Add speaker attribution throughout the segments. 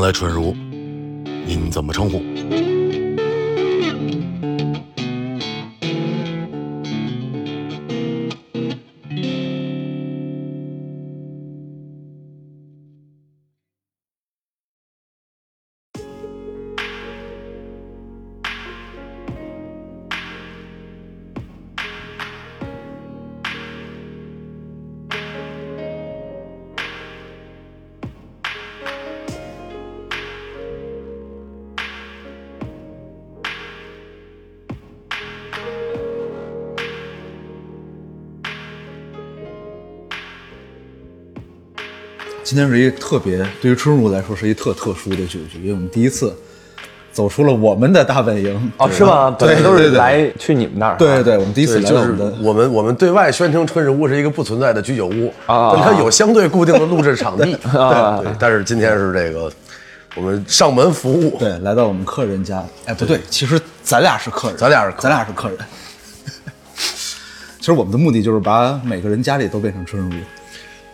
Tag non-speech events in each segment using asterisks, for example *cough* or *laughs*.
Speaker 1: 来纯如，您怎么称呼？
Speaker 2: 今天是一个特别，对于春如来说是一特特殊的酒局，因为我们第一次走出了我们的大本营。
Speaker 3: 哦，是吗？本
Speaker 2: 对
Speaker 3: 来都
Speaker 2: 对
Speaker 3: 是
Speaker 2: 对
Speaker 3: 来去你们那儿。啊
Speaker 2: 对对，我们第一次
Speaker 1: 对，
Speaker 2: 来
Speaker 1: 就
Speaker 2: 到我
Speaker 1: 是
Speaker 2: 们的
Speaker 1: 我们我们对外宣称春日屋是一个不存在的居酒屋
Speaker 3: 啊
Speaker 1: 但它有相对固定的录制场
Speaker 2: *laughs*
Speaker 1: 地。
Speaker 3: 啊
Speaker 1: 对，但是今天是这个我们上门服务，
Speaker 2: 对，来到我们客人家。哎，不对，其实咱俩是客人，
Speaker 1: 咱俩是客人
Speaker 2: 咱俩是客人。 *laughs* 其实我们的目的就是把每个人家里都变成春如。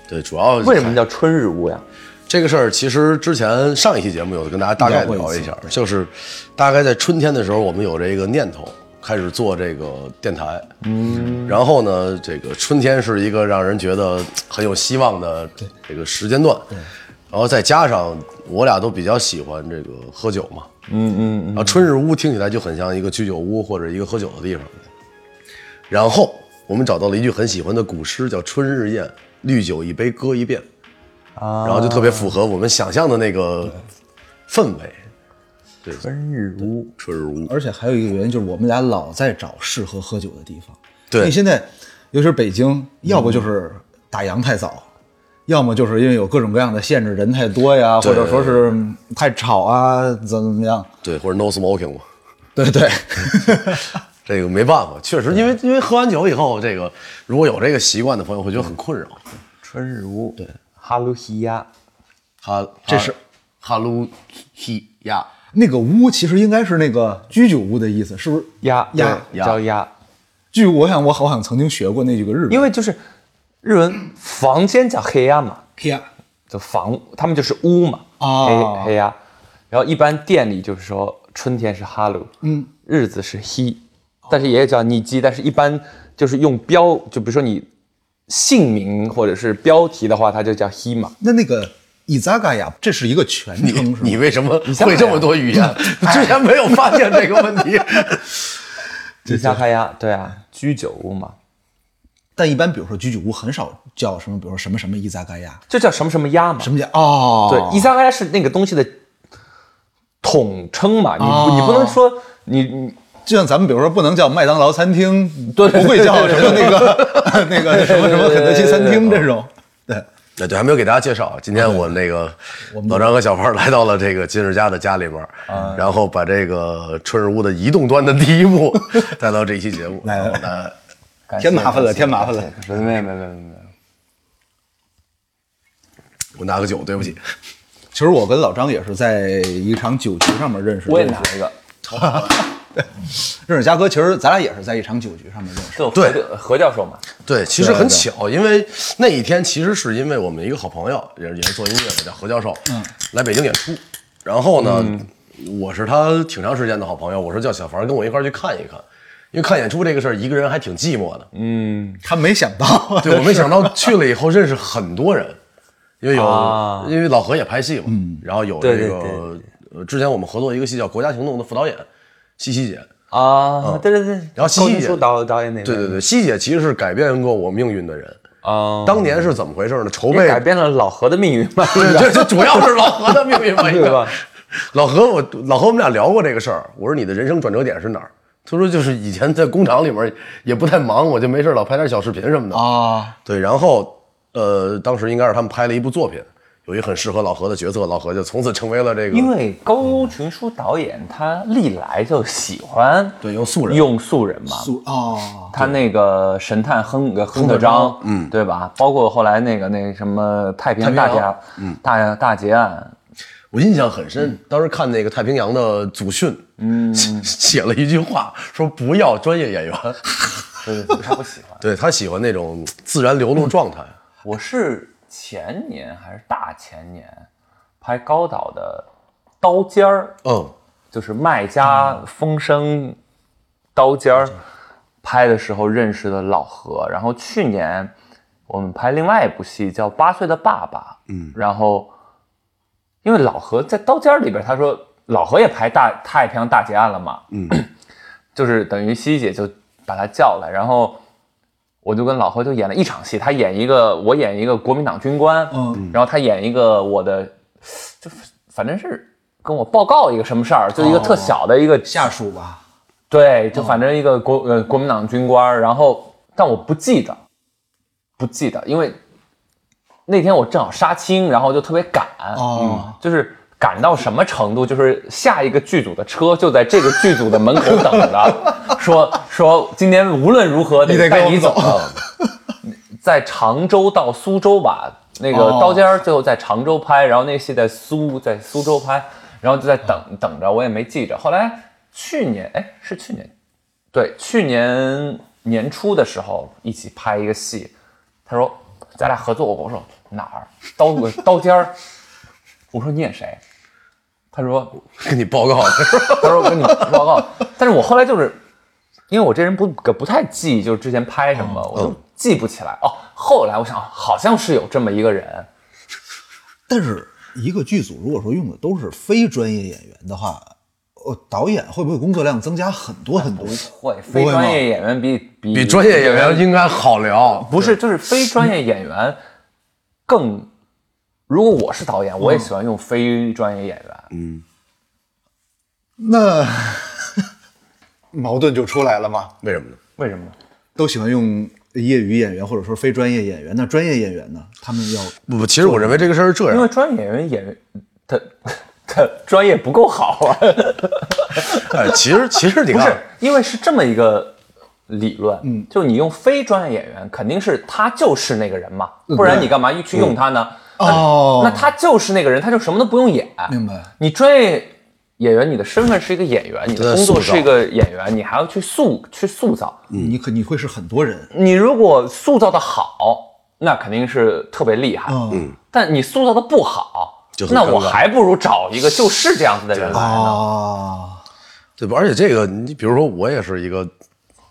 Speaker 1: 对，主要
Speaker 3: 为什么叫春日屋呀？
Speaker 1: 这个事儿？其实之前上一期节目有跟大家大概聊一
Speaker 2: 聊
Speaker 1: 下
Speaker 2: 过一，
Speaker 1: 就是大概在春天的时候，我们有这个念头。开始做这个电台，嗯，然后呢，这个春天是一个让人觉得很有希望的这个时间段，然后再加上我俩都比较喜欢这个喝酒嘛，然后春日屋听起来就很像一个居酒屋或者一个喝酒的地方。然后我们找到了一句很喜欢的古诗，叫“春日宴，绿酒一杯歌一遍”，
Speaker 3: 啊
Speaker 1: 然后就特别符合我们想象的那个氛围。
Speaker 3: 春日屋，
Speaker 1: 春日屋，
Speaker 2: 而且还有一个原因就是我们俩老在找适合喝酒的地方。
Speaker 1: 对
Speaker 2: 因为现在尤其是北京，要不就是打烊太早，要么就是因为有各种各样的限制，人太多呀，
Speaker 1: 对
Speaker 2: 或者说是嗯太吵啊，怎么怎么样？
Speaker 1: 对，或者 no smoking 嘛， *laughs*
Speaker 2: 对对，
Speaker 1: 这个没办法，确实，因为因为喝完酒以后，这个如果有这个习惯的朋友会觉得很困扰。
Speaker 3: 春日屋，对，哈鲁西亚，
Speaker 1: 哈，
Speaker 2: 这是
Speaker 1: 哈鲁西亚，
Speaker 2: *laughs* 那个屋其实应该是那个居酒屋的意思，是不是？
Speaker 3: 鸭
Speaker 2: 鸭
Speaker 3: 对叫鸭，
Speaker 2: 据我想，我好像曾经学过那几个日本，
Speaker 3: 因为就是日文房间叫黑鸭嘛，
Speaker 2: 偏
Speaker 3: 就房，他们就是屋嘛，
Speaker 2: 哦
Speaker 3: 黑黑鸭。然后一般店里就是说春天是哈鲁，嗯，日子是 he，但
Speaker 2: 哦
Speaker 3: 是也叫尼基，但是一般就是用标，就比如说你姓名或者是标题的话，它就叫 he 嘛。
Speaker 2: 那那个伊扎嘎雅，这是一个全
Speaker 1: 你
Speaker 2: 称是吗？
Speaker 1: 你为什么
Speaker 3: 想
Speaker 1: 会这么多语言？之前没有发现这个问题。
Speaker 3: 迪加开鸭，对啊，居酒屋嘛，
Speaker 2: 但一般比如说居酒屋很少叫什么，比如说什么什么伊扎嘎雅，
Speaker 3: 就叫什么什么鸭嘛。
Speaker 2: 什么叫哦？
Speaker 3: 对，伊萨拉是那个东西的统称嘛，你不、
Speaker 2: 哦
Speaker 3: 你不能说你你
Speaker 2: 就像咱们比如说不能叫麦当劳餐厅，
Speaker 3: 对对
Speaker 2: 不会
Speaker 3: 对
Speaker 2: 叫
Speaker 3: 对
Speaker 2: 什
Speaker 3: 对
Speaker 2: 么那个 *laughs* 那个什么什么肯德基餐厅这种。对，
Speaker 1: 那对，还没有给大家介绍。啊今天我啊那个老张和小胖来到了这个金世佳的家里边儿，然后把这个春日屋的移动端的第一 *laughs* 幕带到这一期节目。
Speaker 2: 来
Speaker 1: 然后
Speaker 2: 来
Speaker 1: 呢，
Speaker 2: 添麻烦了，添麻烦了。
Speaker 3: 没没没没没，
Speaker 1: 我拿个酒，对不起。
Speaker 2: 其实我跟老张也是在一场酒局上面认识，
Speaker 3: 我也
Speaker 2: 认
Speaker 3: 拿
Speaker 2: 识
Speaker 3: 一个，
Speaker 2: 认识嘉哥。其实咱俩也是在一场酒局上面认识。
Speaker 3: 就
Speaker 1: 对
Speaker 3: 何何教授嘛，
Speaker 1: 对，其实很巧，因为那一天其实是因为我们一个好朋友，也是也是做音乐的，叫何教授，嗯，来北京演出。然后呢，我是他挺长时间的好朋友，我说叫小凡跟我一块儿去看一看，因为看演出这个事儿，一个人还挺寂寞的。
Speaker 2: 他没想 *laughs* 到，
Speaker 1: *laughs* 对我没想到去了以后认识很多人，因为有、
Speaker 3: 啊
Speaker 1: 因为老何也拍戏嘛，然后有这
Speaker 3: 对
Speaker 1: 个
Speaker 3: 对对对
Speaker 1: 呃，之前我们合作一个戏叫《国家行动》的副导演西西姐，
Speaker 3: 啊，对对对，
Speaker 1: 然后西
Speaker 3: 高
Speaker 1: 西
Speaker 3: 军
Speaker 1: 也
Speaker 3: 书导导演那
Speaker 1: 对
Speaker 3: 边
Speaker 1: 对对，西姐其实是改变过我命运的人。
Speaker 3: 啊，
Speaker 1: 当年是怎么回事呢？筹
Speaker 3: 也
Speaker 1: 备
Speaker 3: 改变了老何的命运嘛，
Speaker 1: 对对，这主要是老何的命运吧，应该
Speaker 3: *laughs* 对吧？啊
Speaker 1: 老何，我老何，我们俩聊过这个事儿。我说你的人生转折点是哪儿？他说就是以前在工厂里面也不太忙，我就没事儿老拍点小视频什么的
Speaker 2: 啊，
Speaker 1: 对，然后呃，当时应该是他们拍了一部作品，有一个很适合老何的角色，老何就从此成为了这个，
Speaker 3: 因为高群书导演他历来就喜欢
Speaker 1: 对用素人
Speaker 3: 用素人嘛，
Speaker 2: 素哦，
Speaker 3: 他那个神探亨个亨特章，嗯，对吧？包括后来那个那什么太平洋大
Speaker 1: 太平
Speaker 3: 劫
Speaker 1: 洋，
Speaker 3: 嗯，大大劫案，
Speaker 1: 我印象很深。当时看那个太平洋的祖训，嗯，写了一句话，说不要专业演员，
Speaker 3: 对对对，他不喜欢。 *laughs*
Speaker 1: 对他喜欢那种自然流露状态。
Speaker 3: 我是前年还是大前年拍高岛的刀尖儿，
Speaker 1: 嗯，
Speaker 3: 就是麦家风声刀尖儿拍的时候认识的老何，然后去年我们拍另外一部戏叫《八岁的爸爸》，嗯，然后因为老何在刀尖儿里边，他说老何也拍大太平洋大劫案了嘛，嗯， *clears throat* 就是等于西西姐就把他叫来，然后。我就跟老何就演了一场戏，他演一个，我演一个国民党军官，
Speaker 2: 嗯，
Speaker 3: 然后他演一个我的，就反正是跟我报告一个什么事儿，就一个特小的一个
Speaker 2: 哦下属哦吧，
Speaker 3: 对，就反正一个国呃国民党军官儿，然后但我不记得，不记得，因为那天我正好杀青，然后就特别赶，
Speaker 2: 哦
Speaker 3: 嗯就是赶到什么程度，就是下一个剧组的车就在这个剧组的门口等着， *laughs* 说说今天无论如何
Speaker 2: 你得跟
Speaker 3: 带
Speaker 2: 我
Speaker 3: 你
Speaker 2: 们
Speaker 3: 走
Speaker 2: 走，
Speaker 3: 在常州到苏州吧，那个
Speaker 2: 哦
Speaker 3: 刀尖儿最后在常州拍，然后那个戏在苏在苏州拍，然后就在等等着，我也没记着。后来去年哎是去年，对，去年年初的时候一起拍一个戏，他说咱俩合作过，我说哪儿刀刀尖儿，我说你演谁？他说
Speaker 1: 跟你报
Speaker 3: *laughs*
Speaker 1: 告，
Speaker 3: 他说我跟你报告，但是我后来就是，因为我这人不不太记，就是之前拍什
Speaker 1: 哦
Speaker 3: 么，我就记不起来。哦，后来我想好像是有这么一个人，
Speaker 2: 但是一个剧组如果说用的都是非专业演员的话，呃，导演会不会工作量增加很多很多？
Speaker 3: 会非
Speaker 2: 吗
Speaker 3: 专业演员比比
Speaker 1: 比专业演员应该好聊。
Speaker 3: 不是，就是非专业演员更。如果我是导演，
Speaker 1: 嗯
Speaker 3: 我也喜欢用非专业演员。
Speaker 2: 那 *laughs* 矛盾就出来了嘛。
Speaker 1: 为什么呢？
Speaker 3: 为什么呢？
Speaker 2: 都喜欢用业余演员或者说非专业演员，那专业演员呢？他们要
Speaker 1: 不不，其实我认为这个事儿是这
Speaker 3: 因
Speaker 1: 样
Speaker 3: 为，专业演员演员 *laughs* 他他专业不够好啊。
Speaker 1: 哎，其实其实你
Speaker 3: 不是
Speaker 1: 看，，
Speaker 3: 因为是这么一个理论，嗯，就是你用非专业演员，肯定是他就是那个人嘛，不然你干嘛去用他呢？那
Speaker 2: 嗯哦
Speaker 3: 那他就是那个人，他就什么都不用演。
Speaker 2: 明白
Speaker 3: 你专业演员，你的身份是一个演员，你的工作是一个演员，你还要去塑去塑造。
Speaker 2: 你可你会是很多人，
Speaker 3: 你如果塑造的好，那肯定是特别厉害，
Speaker 2: 嗯
Speaker 3: 但你塑造的不好
Speaker 1: 就，很
Speaker 3: 那
Speaker 1: 尴
Speaker 3: 我
Speaker 1: 尬
Speaker 3: 还不如找一个就是这样子的人
Speaker 2: 哦
Speaker 3: 来呢。
Speaker 2: 啊，
Speaker 1: 对吧？而且这个，你比如说，我也是一个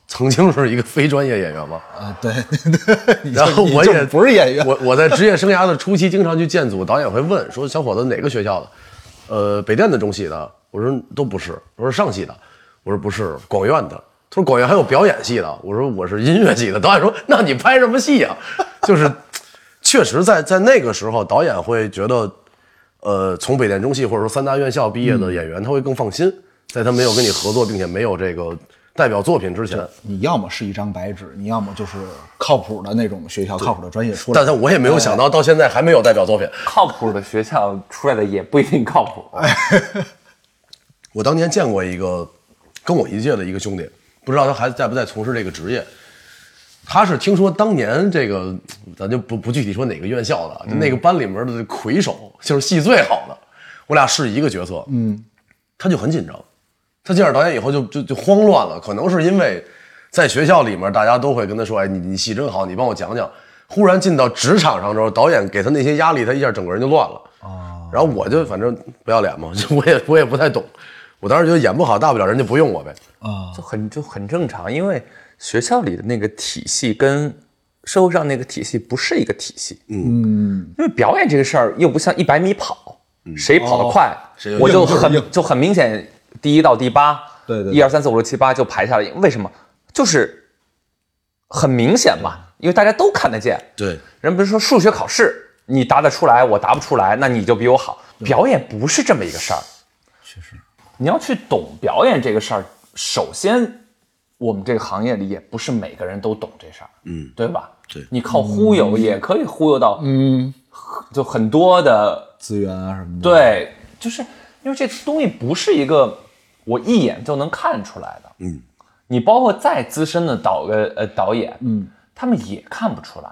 Speaker 1: 曾经是一个非专业演员嘛，
Speaker 2: 啊对，对 *laughs*
Speaker 1: *laughs* 然后我也
Speaker 2: 不是演员，
Speaker 1: 我我在职业生涯的初期，经常去建组，导演会问说：“小伙子，哪个学校的？呃，北电的、中戏的？”我说：“都不是。”我说：“上戏的。”我说：“不是，广院的。”他说：“广院还有表演系的。”我说：“我是音乐系的。”导演说：“那你拍什么戏呀、就是，确实在在那个时候，导演会觉得，呃，从北电、中戏或者说三大院校毕业
Speaker 2: 嗯
Speaker 1: 的演员，他会更放心，在他没有跟你合作并且没有这个代表作品之前。
Speaker 2: 你要么是一张白纸，你要么就是靠谱的那种学校、靠谱的专业出来
Speaker 1: 但。但我也没
Speaker 2: 哎
Speaker 1: 有想到，到现在还没有代表作品。
Speaker 3: 靠谱的学校出来的也不一定靠谱。
Speaker 1: 我当年见过一个跟我一届的一个兄弟，不知道他还在不在从事这个职业。他是听说当年这个，咱就不不具体说哪个院校的，就那个班里面的魁首，就是戏最好的。我俩是一个角色，嗯，他就很紧张。他见着导演以后就就就慌乱了，可能是因为在学校里面大家都会跟他说：“哎，你你戏真好，你帮我讲讲。”忽然进到职场上之后，导演给他那些压力，他一下整个人就乱了。然后我就反正不要脸嘛，就我也我也不太懂，我当时觉得演不好，大不了人家不用我呗。
Speaker 2: 啊
Speaker 3: 就很就很正常，因为学校里的那个体系跟社会上那个体系不是一个体系。嗯，因为表演这个事儿又不像一百米跑，谁跑
Speaker 2: 哦
Speaker 3: 得快，
Speaker 1: 谁就
Speaker 3: 我就
Speaker 2: 硬就是硬
Speaker 3: 很就很明显，第一到第八，
Speaker 2: 对对对
Speaker 3: 一二三四五六七八就排下来。为什么？就是很明显嘛，因为大家都看得见。
Speaker 1: 对，
Speaker 3: 人不是说数学考试你答得出来，我答不出来，那你就比我好。表演不是这么一个事儿，确实，你要去懂表演这个事儿，首先我们这个行业里也不是每个人都懂这事儿，嗯，对吧？
Speaker 1: 对
Speaker 3: 你靠忽悠也可以忽悠到，嗯，就很多的
Speaker 2: 资源啊什
Speaker 1: 嗯
Speaker 2: 么的，
Speaker 3: 对，就是因为这东西不是一个我一眼就能看出来的。
Speaker 1: 嗯，
Speaker 3: 你包括再资深的导呃呃导演，嗯，他们也看不出来，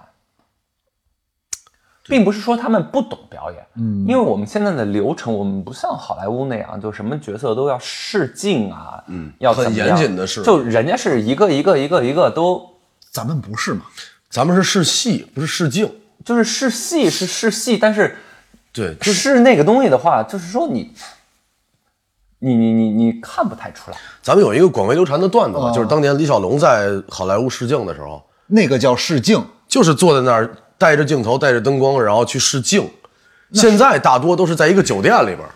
Speaker 3: 并不是说他们不懂表演，嗯，因为我们现在的流程，我们不像好莱坞那样，就什么角色都要试镜啊，嗯，要
Speaker 1: 很
Speaker 3: 怎么
Speaker 1: 严
Speaker 3: 样
Speaker 1: 谨地试
Speaker 3: 就人家是一个一个一个一个都。
Speaker 2: 咱们不是嘛？
Speaker 1: 咱们是试戏，不是试镜。
Speaker 3: 就是试戏是试戏，但是
Speaker 1: 对，就是
Speaker 3: 那个东西的话，就是说你你你你你看不太出来。
Speaker 1: 咱们有一个广为流传的段子吧，就是当年李小龙在好莱坞试镜的时候，
Speaker 2: 那个叫试镜，
Speaker 1: 就是坐在那儿带着镜头、带着灯光，然后去试镜。现在大多都是在一个酒店里边儿，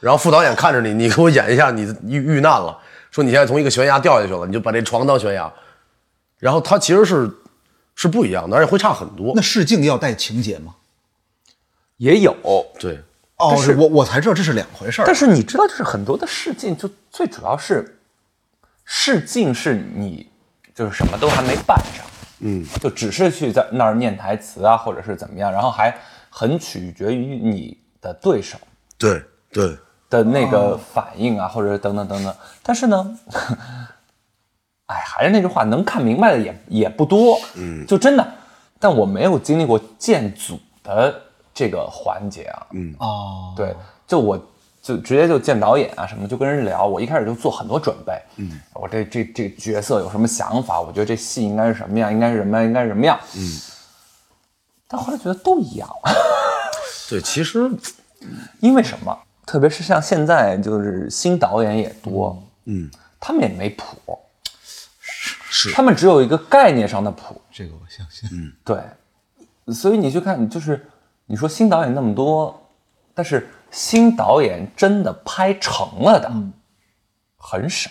Speaker 1: 然后副导演看着你，你给我演一下你遇遇难了，说你现在从一个悬崖掉下去了，你就把这床当悬崖。然后它其实是是不一样的，而且会差很多
Speaker 2: 那。试镜要带情节吗？
Speaker 3: 也有，
Speaker 1: 对，
Speaker 2: 哦，
Speaker 3: 但是
Speaker 2: 我我才知道这是两回事儿
Speaker 3: 但。是你知道，就是很多的试镜，就最主要是试镜是你就是什么都还没办上，嗯，就只是去在那儿念台词啊，或者是怎么样，然后还很取决于你的对手
Speaker 1: 对，对，
Speaker 3: 的那个反应啊，或者等等等等。但是呢， *laughs* 哎，还是那句话，能看明白的也也不多，嗯，就真的。但我没有经历过建组的这个环节啊，
Speaker 2: 哦，
Speaker 3: 对，就我就直接就见导演啊什么，就跟人聊。我一开始就做很多准备，嗯，我这这这角色有什么想法？我觉得这戏应该是什么样，应该是什么样，应该是什么样，嗯。但后来觉得都一样，
Speaker 1: 对，其实
Speaker 3: 因为什么？特别是像现在就是新导演也多，嗯，他们也没谱，是，他们只有一个概念上的谱，
Speaker 2: 这个我相信。
Speaker 3: 对，所以你去看，就是你说新导演那么多，但是新导演真的拍成了的、很少。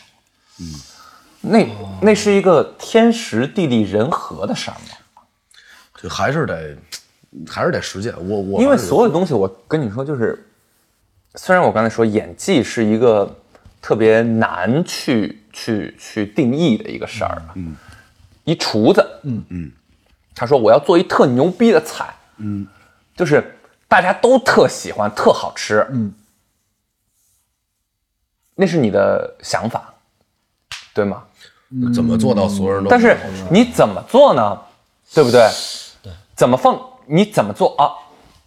Speaker 3: 嗯，那那是一个天时地利人和的事儿嘛。
Speaker 1: 这还是得还是得实践。我我
Speaker 3: 因为
Speaker 1: 还是
Speaker 3: 所有东西，我跟你说，就是虽然我刚才说演技是一个特别难去去去定义的一个事儿，嗯，一厨子，嗯嗯，他说我要做一特牛逼的菜，嗯，就是大家都特喜欢，特好吃，嗯，那是你的想法，对吗？
Speaker 1: 怎么做到所有人都
Speaker 3: 但是你怎么做呢？对不对？怎么放？你怎么做啊？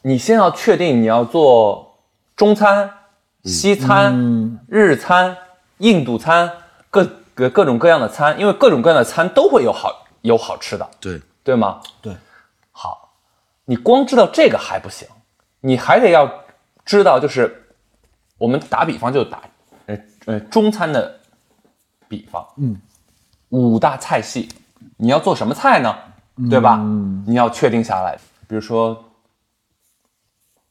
Speaker 3: 你先要确定你要做中餐、西餐、日餐、印度餐，各各各种各样的餐，因为各种各样的餐都会有好有好吃的，
Speaker 1: 对
Speaker 3: 对吗？
Speaker 2: 对，
Speaker 3: 好，你光知道这个还不行，你还得要知道，就是我们打比方就打，呃呃，中餐的比方，嗯，五大菜系，你要做什么菜呢？对吧？你要确定下来，比如说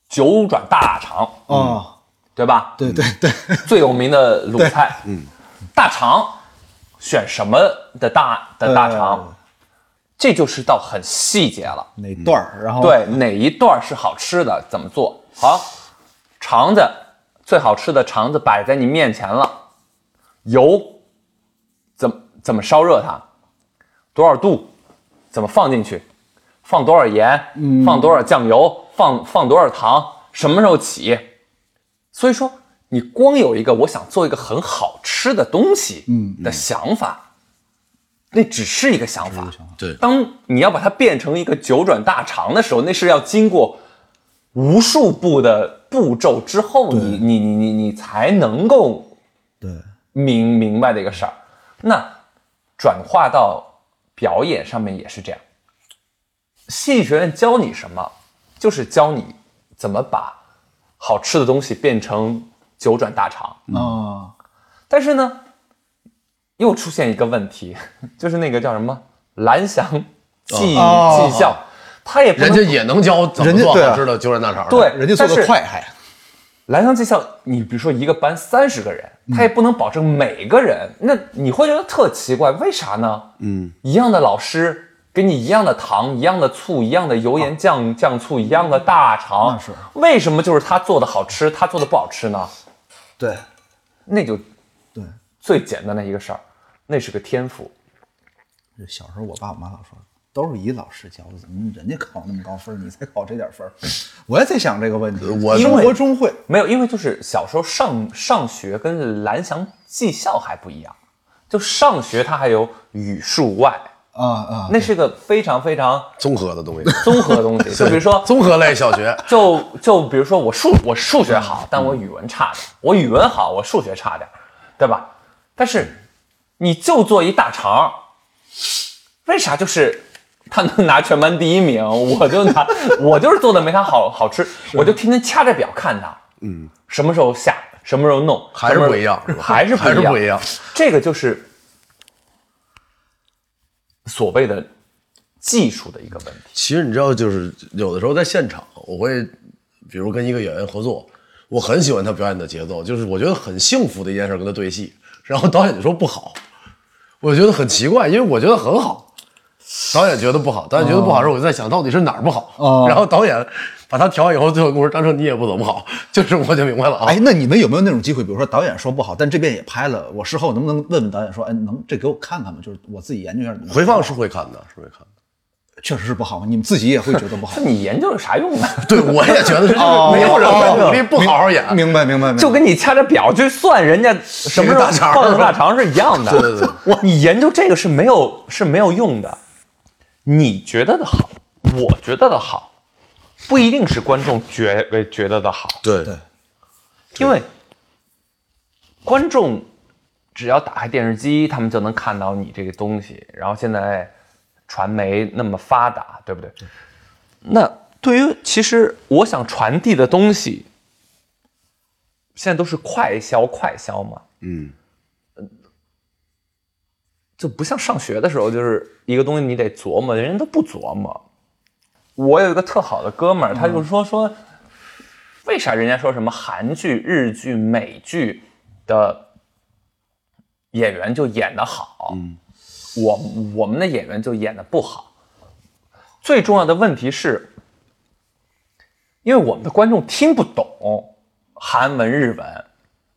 Speaker 3: 九转大肠，
Speaker 2: 哦，
Speaker 3: 对吧？
Speaker 2: 对对对，
Speaker 3: 最有名的鲁菜，嗯，大肠，选什么的大的大肠？这就是到很细节了。
Speaker 2: *laughs* 哪段儿？然后，
Speaker 3: 对哪一段是好吃的，怎么做好？肠子最好吃的肠子摆在你面前了，油怎么怎么烧热它，多少度，怎么放进去，放多少盐，放多少酱油，放放多少糖，什么时候起？所以说，你光有一个我想做一个很好吃的东西的想法，那嗯只是一个想法，
Speaker 1: 对
Speaker 3: 当你要把它变成一个九转大肠的时候，那是要经过无数步的步骤之后，你你你你你才能够
Speaker 2: 对
Speaker 3: 明明白的一个事儿。那转化到表演上面也是这样，戏剧学院教你什么，就是教你怎么把好吃的东西变成九转大肠。
Speaker 2: 啊，
Speaker 3: 但是呢，又出现一个问题， *laughs* 就是那个叫什么蓝翔技、
Speaker 2: 哦
Speaker 3: 技校，他也不能
Speaker 1: 人家也能教怎么
Speaker 2: 人家
Speaker 1: 做
Speaker 2: 对啊
Speaker 1: 好吃的九转大肠的。
Speaker 3: 对
Speaker 2: 人家做
Speaker 3: 但
Speaker 2: 的
Speaker 3: 是
Speaker 2: 快还
Speaker 3: 蓝翔技校，你比如说一个班三十个人，他也不能保证每个人，那你会觉得特奇怪，为啥呢？嗯，一样的老师给你一样的糖、一样的醋、一样的油盐酱酱醋、一样的大肠，
Speaker 2: 那是
Speaker 3: 为什么就是他做的好吃，他做的不好吃呢？
Speaker 2: 对
Speaker 3: 那就
Speaker 2: 对。
Speaker 3: 最简单的一个事儿，那是个天赋。
Speaker 2: 这小时候我爸我妈老说，都是一老师教的，怎么人家考那么高分儿，你才考这点分儿？我也在想这个问题。
Speaker 1: 我
Speaker 2: 生活中会
Speaker 3: 没有，因为就是小时候上上学跟蓝翔技校还不一样，就上学它还有语数外，
Speaker 2: 啊啊，
Speaker 3: 那是个非常非常
Speaker 1: 综合的东西，
Speaker 3: 综合的东西。就比如说，
Speaker 1: 综合类小学。
Speaker 3: 就就比如说我数我数学好，但我
Speaker 1: 嗯
Speaker 3: 语文差点；我语文好，我数学差点，对吧？但是你就做一大肠儿，为啥就是他能拿全班第一名，我就拿 *laughs* 我就是做的没他好好吃，我就天天掐着表看他，嗯，什么时候下，什么时候弄，
Speaker 1: 还是
Speaker 3: 什么时候
Speaker 1: 不一样是吧
Speaker 3: 还是
Speaker 1: 还是不一样。
Speaker 3: 这个就是所谓的技术的一个问题。
Speaker 1: 其实你知道，就是有的时候在现场，我会比如跟一个演员合作，我很喜欢他表演的节奏，就是我觉得很幸福的一件事，跟他对戏，然后导演就说不好，我觉得很奇怪，因为我觉得很好，导演觉得不好，导演觉得不好的时候，我就在想到底是哪儿不好，
Speaker 2: 哦
Speaker 1: 然后导演把他调完以后，最后跟我说张成你也不怎么好，就是我就明白了啊，
Speaker 2: 哎，那你们有没有那种机会？比如说导演说不好，但这边也拍了，我事后能不能问问导演说，哎，能这给我看看吗？就是我自己研究一下。
Speaker 1: 回放是会看的，是会看的，
Speaker 2: 确实是不好，你们自己也会觉得不好
Speaker 3: *laughs* 那。你研究有啥用呢？
Speaker 1: 对我也觉得是，
Speaker 2: 哦
Speaker 1: 没有人会
Speaker 2: 哦
Speaker 1: 努力不好好演，
Speaker 2: 明白，明白，明白
Speaker 3: 就跟你掐着表去算人家什么时
Speaker 1: 个
Speaker 3: 候
Speaker 1: 大肠儿
Speaker 3: 放个大肠是一样的。
Speaker 1: 对对对，
Speaker 3: 哇，你研究这个是没有是没有用的。你觉得的好，我觉得的好，不一定是观众觉为觉得的好，
Speaker 1: 对
Speaker 2: 对
Speaker 3: 因为观众只要打开电视机，他们就能看到你这个东西。然后现在传媒那么发达，对不对？那对于其实我想传递的东西，现在都是快消快消嘛，
Speaker 1: 嗯，
Speaker 3: 就不像上学的时候，就是一个东西你得琢磨，人家都不琢磨。我有一个特好的哥们儿，他就说说，为啥人家说什么韩剧、日剧、美剧的演员就演得好，我我们的演员就演得不好。最重要的问题是，因为我们的观众听不懂韩文、日文，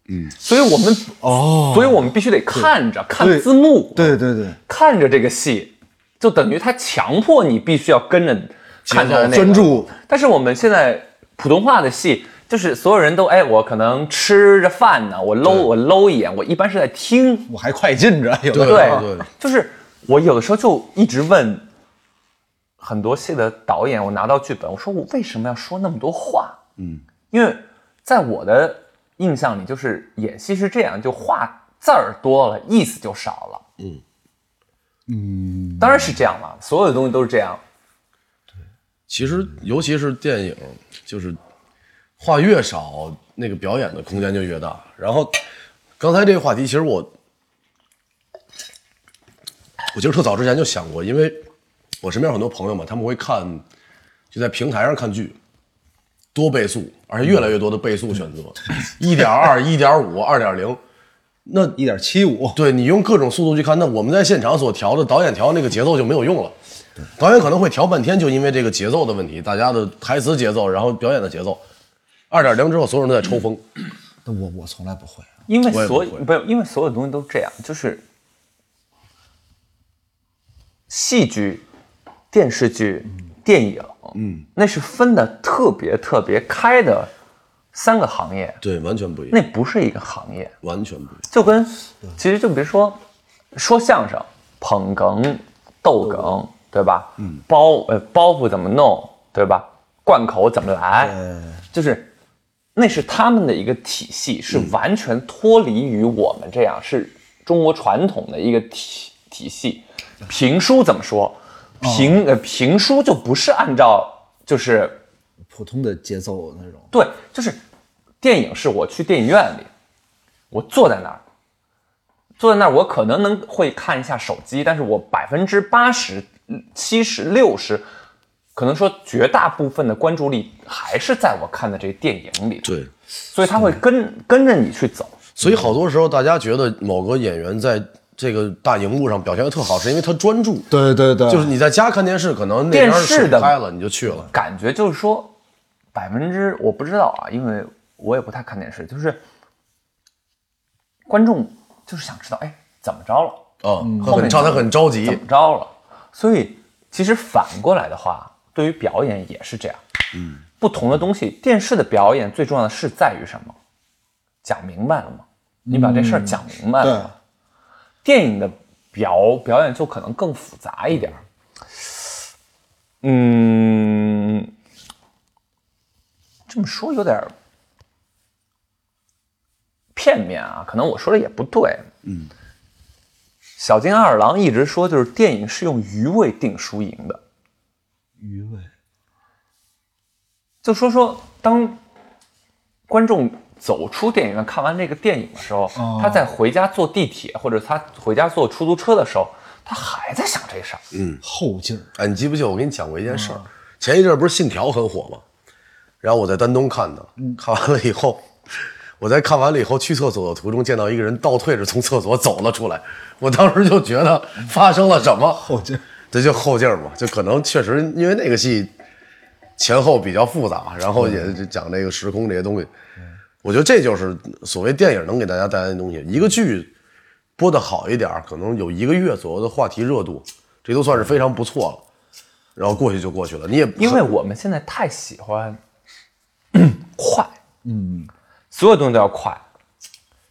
Speaker 3: 嗯，所以我们
Speaker 2: 哦
Speaker 3: 所以我们必须得看着看字幕，
Speaker 2: 对对对，
Speaker 3: 看着这个戏，就等于他强迫你必须要跟着看他的呃那个
Speaker 2: 专。注
Speaker 3: 但是我们现在普通话的戏，就是所有人都哎，我可能吃着饭呢，我搂我搂一眼，我一般是在听，
Speaker 2: 我还快进着，有的
Speaker 1: 对
Speaker 2: 时候
Speaker 1: 对对
Speaker 3: 就是我有的时候就一直问很多戏的导演，我拿到剧本，我说我为什么要说那么多话？
Speaker 1: 嗯，
Speaker 3: 因为在我的印象里，就是演戏是这样，就话字儿多了，意思就少了。
Speaker 2: 嗯，
Speaker 3: 当然是这样了，所有的东西都是这样。
Speaker 1: 其实，尤其是电影，就是话越少，那个表演的空间就越大。然后，刚才这个话题，其实我，我其实特早之前就想过，因为我身边有很多朋友嘛，他们会看，就在平台上看剧，多倍速，而且越来越多的倍速选择，一点二、一点五、二点零，那
Speaker 2: 一点七五，
Speaker 1: 对你用各种速度去看，那我们在现场所调的导演调那个节奏就没有用了。导演可能会调半天，就因为这个节奏的问题，大家的台词节奏，然后表演的节奏。二点零之后，所有人都在抽风。
Speaker 2: 那我我从来不会。
Speaker 3: 因为
Speaker 1: 我也
Speaker 3: 所有
Speaker 1: 不
Speaker 3: 不是因为所有东西都这样，就是戏剧、电视剧、电影，嗯，那是分的特别特别开的三个行业，
Speaker 1: 对，完全不一样，
Speaker 3: 那不是一个行业，
Speaker 1: 完全不一样。
Speaker 3: 就跟其实就比如说说相声、捧哏、逗哏，对吧？嗯，包呃包袱怎么弄，对吧？贯口怎么来？
Speaker 2: 呃，
Speaker 3: 就是那是他们的一个体系，是完全脱离于我们这样，是中国传统的一个体体系。评书怎么说？评、呃评书就不是按照就是
Speaker 2: 普通的节奏那种，
Speaker 3: 对，就是电影是我去电影院里，我坐在那儿，坐在那儿，我可能能会看一下手机，但是我百分之八十、七十、六十，可能说绝大部分的关注力还是在我看的这个电影里，
Speaker 1: 对，嗯
Speaker 3: 所以他会跟跟着你去走。
Speaker 1: 所以好多时候大家觉得某个演员在这个大荧幕上表现的特好，是因为他专注。
Speaker 2: 对对对
Speaker 1: 就是你在家看电视，可能那边
Speaker 3: 电视的
Speaker 1: 水开了你就去了。
Speaker 3: 感觉就是说，百分之我不知道啊，因为我也不太看电视，就是观众就是想知道，哎，怎么着了？
Speaker 1: 啊，
Speaker 3: 后面
Speaker 1: 很让他很着急
Speaker 3: 怎。么着了。所以其实反过来的话，对于表演也是这样。嗯，不同的东西，电视的表演最重要的是在于什么？讲明白了吗？你把这事儿讲明白了吗？电影的表表演就可能更复杂一点儿。嗯，这么说有点儿片面啊，可能我说的也不对。小津安二郎一直说，就是电影是用余味定输赢的。
Speaker 2: 余味，
Speaker 3: 就说说，当观众走出电影院看完这个电影的时候，
Speaker 1: 哦
Speaker 3: 他在回家坐地铁或者他回家坐出租车的时候，他还在想这事儿。
Speaker 1: 嗯
Speaker 2: 后劲儿，
Speaker 1: 哎，你记不记得我跟你讲过一件事儿？前一阵儿不是《信条》很火吗？然后我在丹东看的，
Speaker 2: 嗯
Speaker 1: 看完了以后， *laughs* 我在看完了以后去厕所的途中见到一个人倒退着从厕所走了出来，我当时就觉得发生了什
Speaker 2: *laughs*
Speaker 1: 么后
Speaker 2: 劲儿，
Speaker 1: 这就后劲儿嘛，就可能确实因为那个戏前后比较复杂，然
Speaker 2: 嗯
Speaker 1: 后也就讲这个时空这些东西，我觉得这就是所谓电影能给大家带来的东西。一个剧播的好一点儿，可能有一个月左右的话题热度，这都算是非常不错了。然后过去就过去了，你也不
Speaker 3: 因为我们现在太喜
Speaker 1: *clears throat*
Speaker 3: 欢快，嗯，所有东西都要快，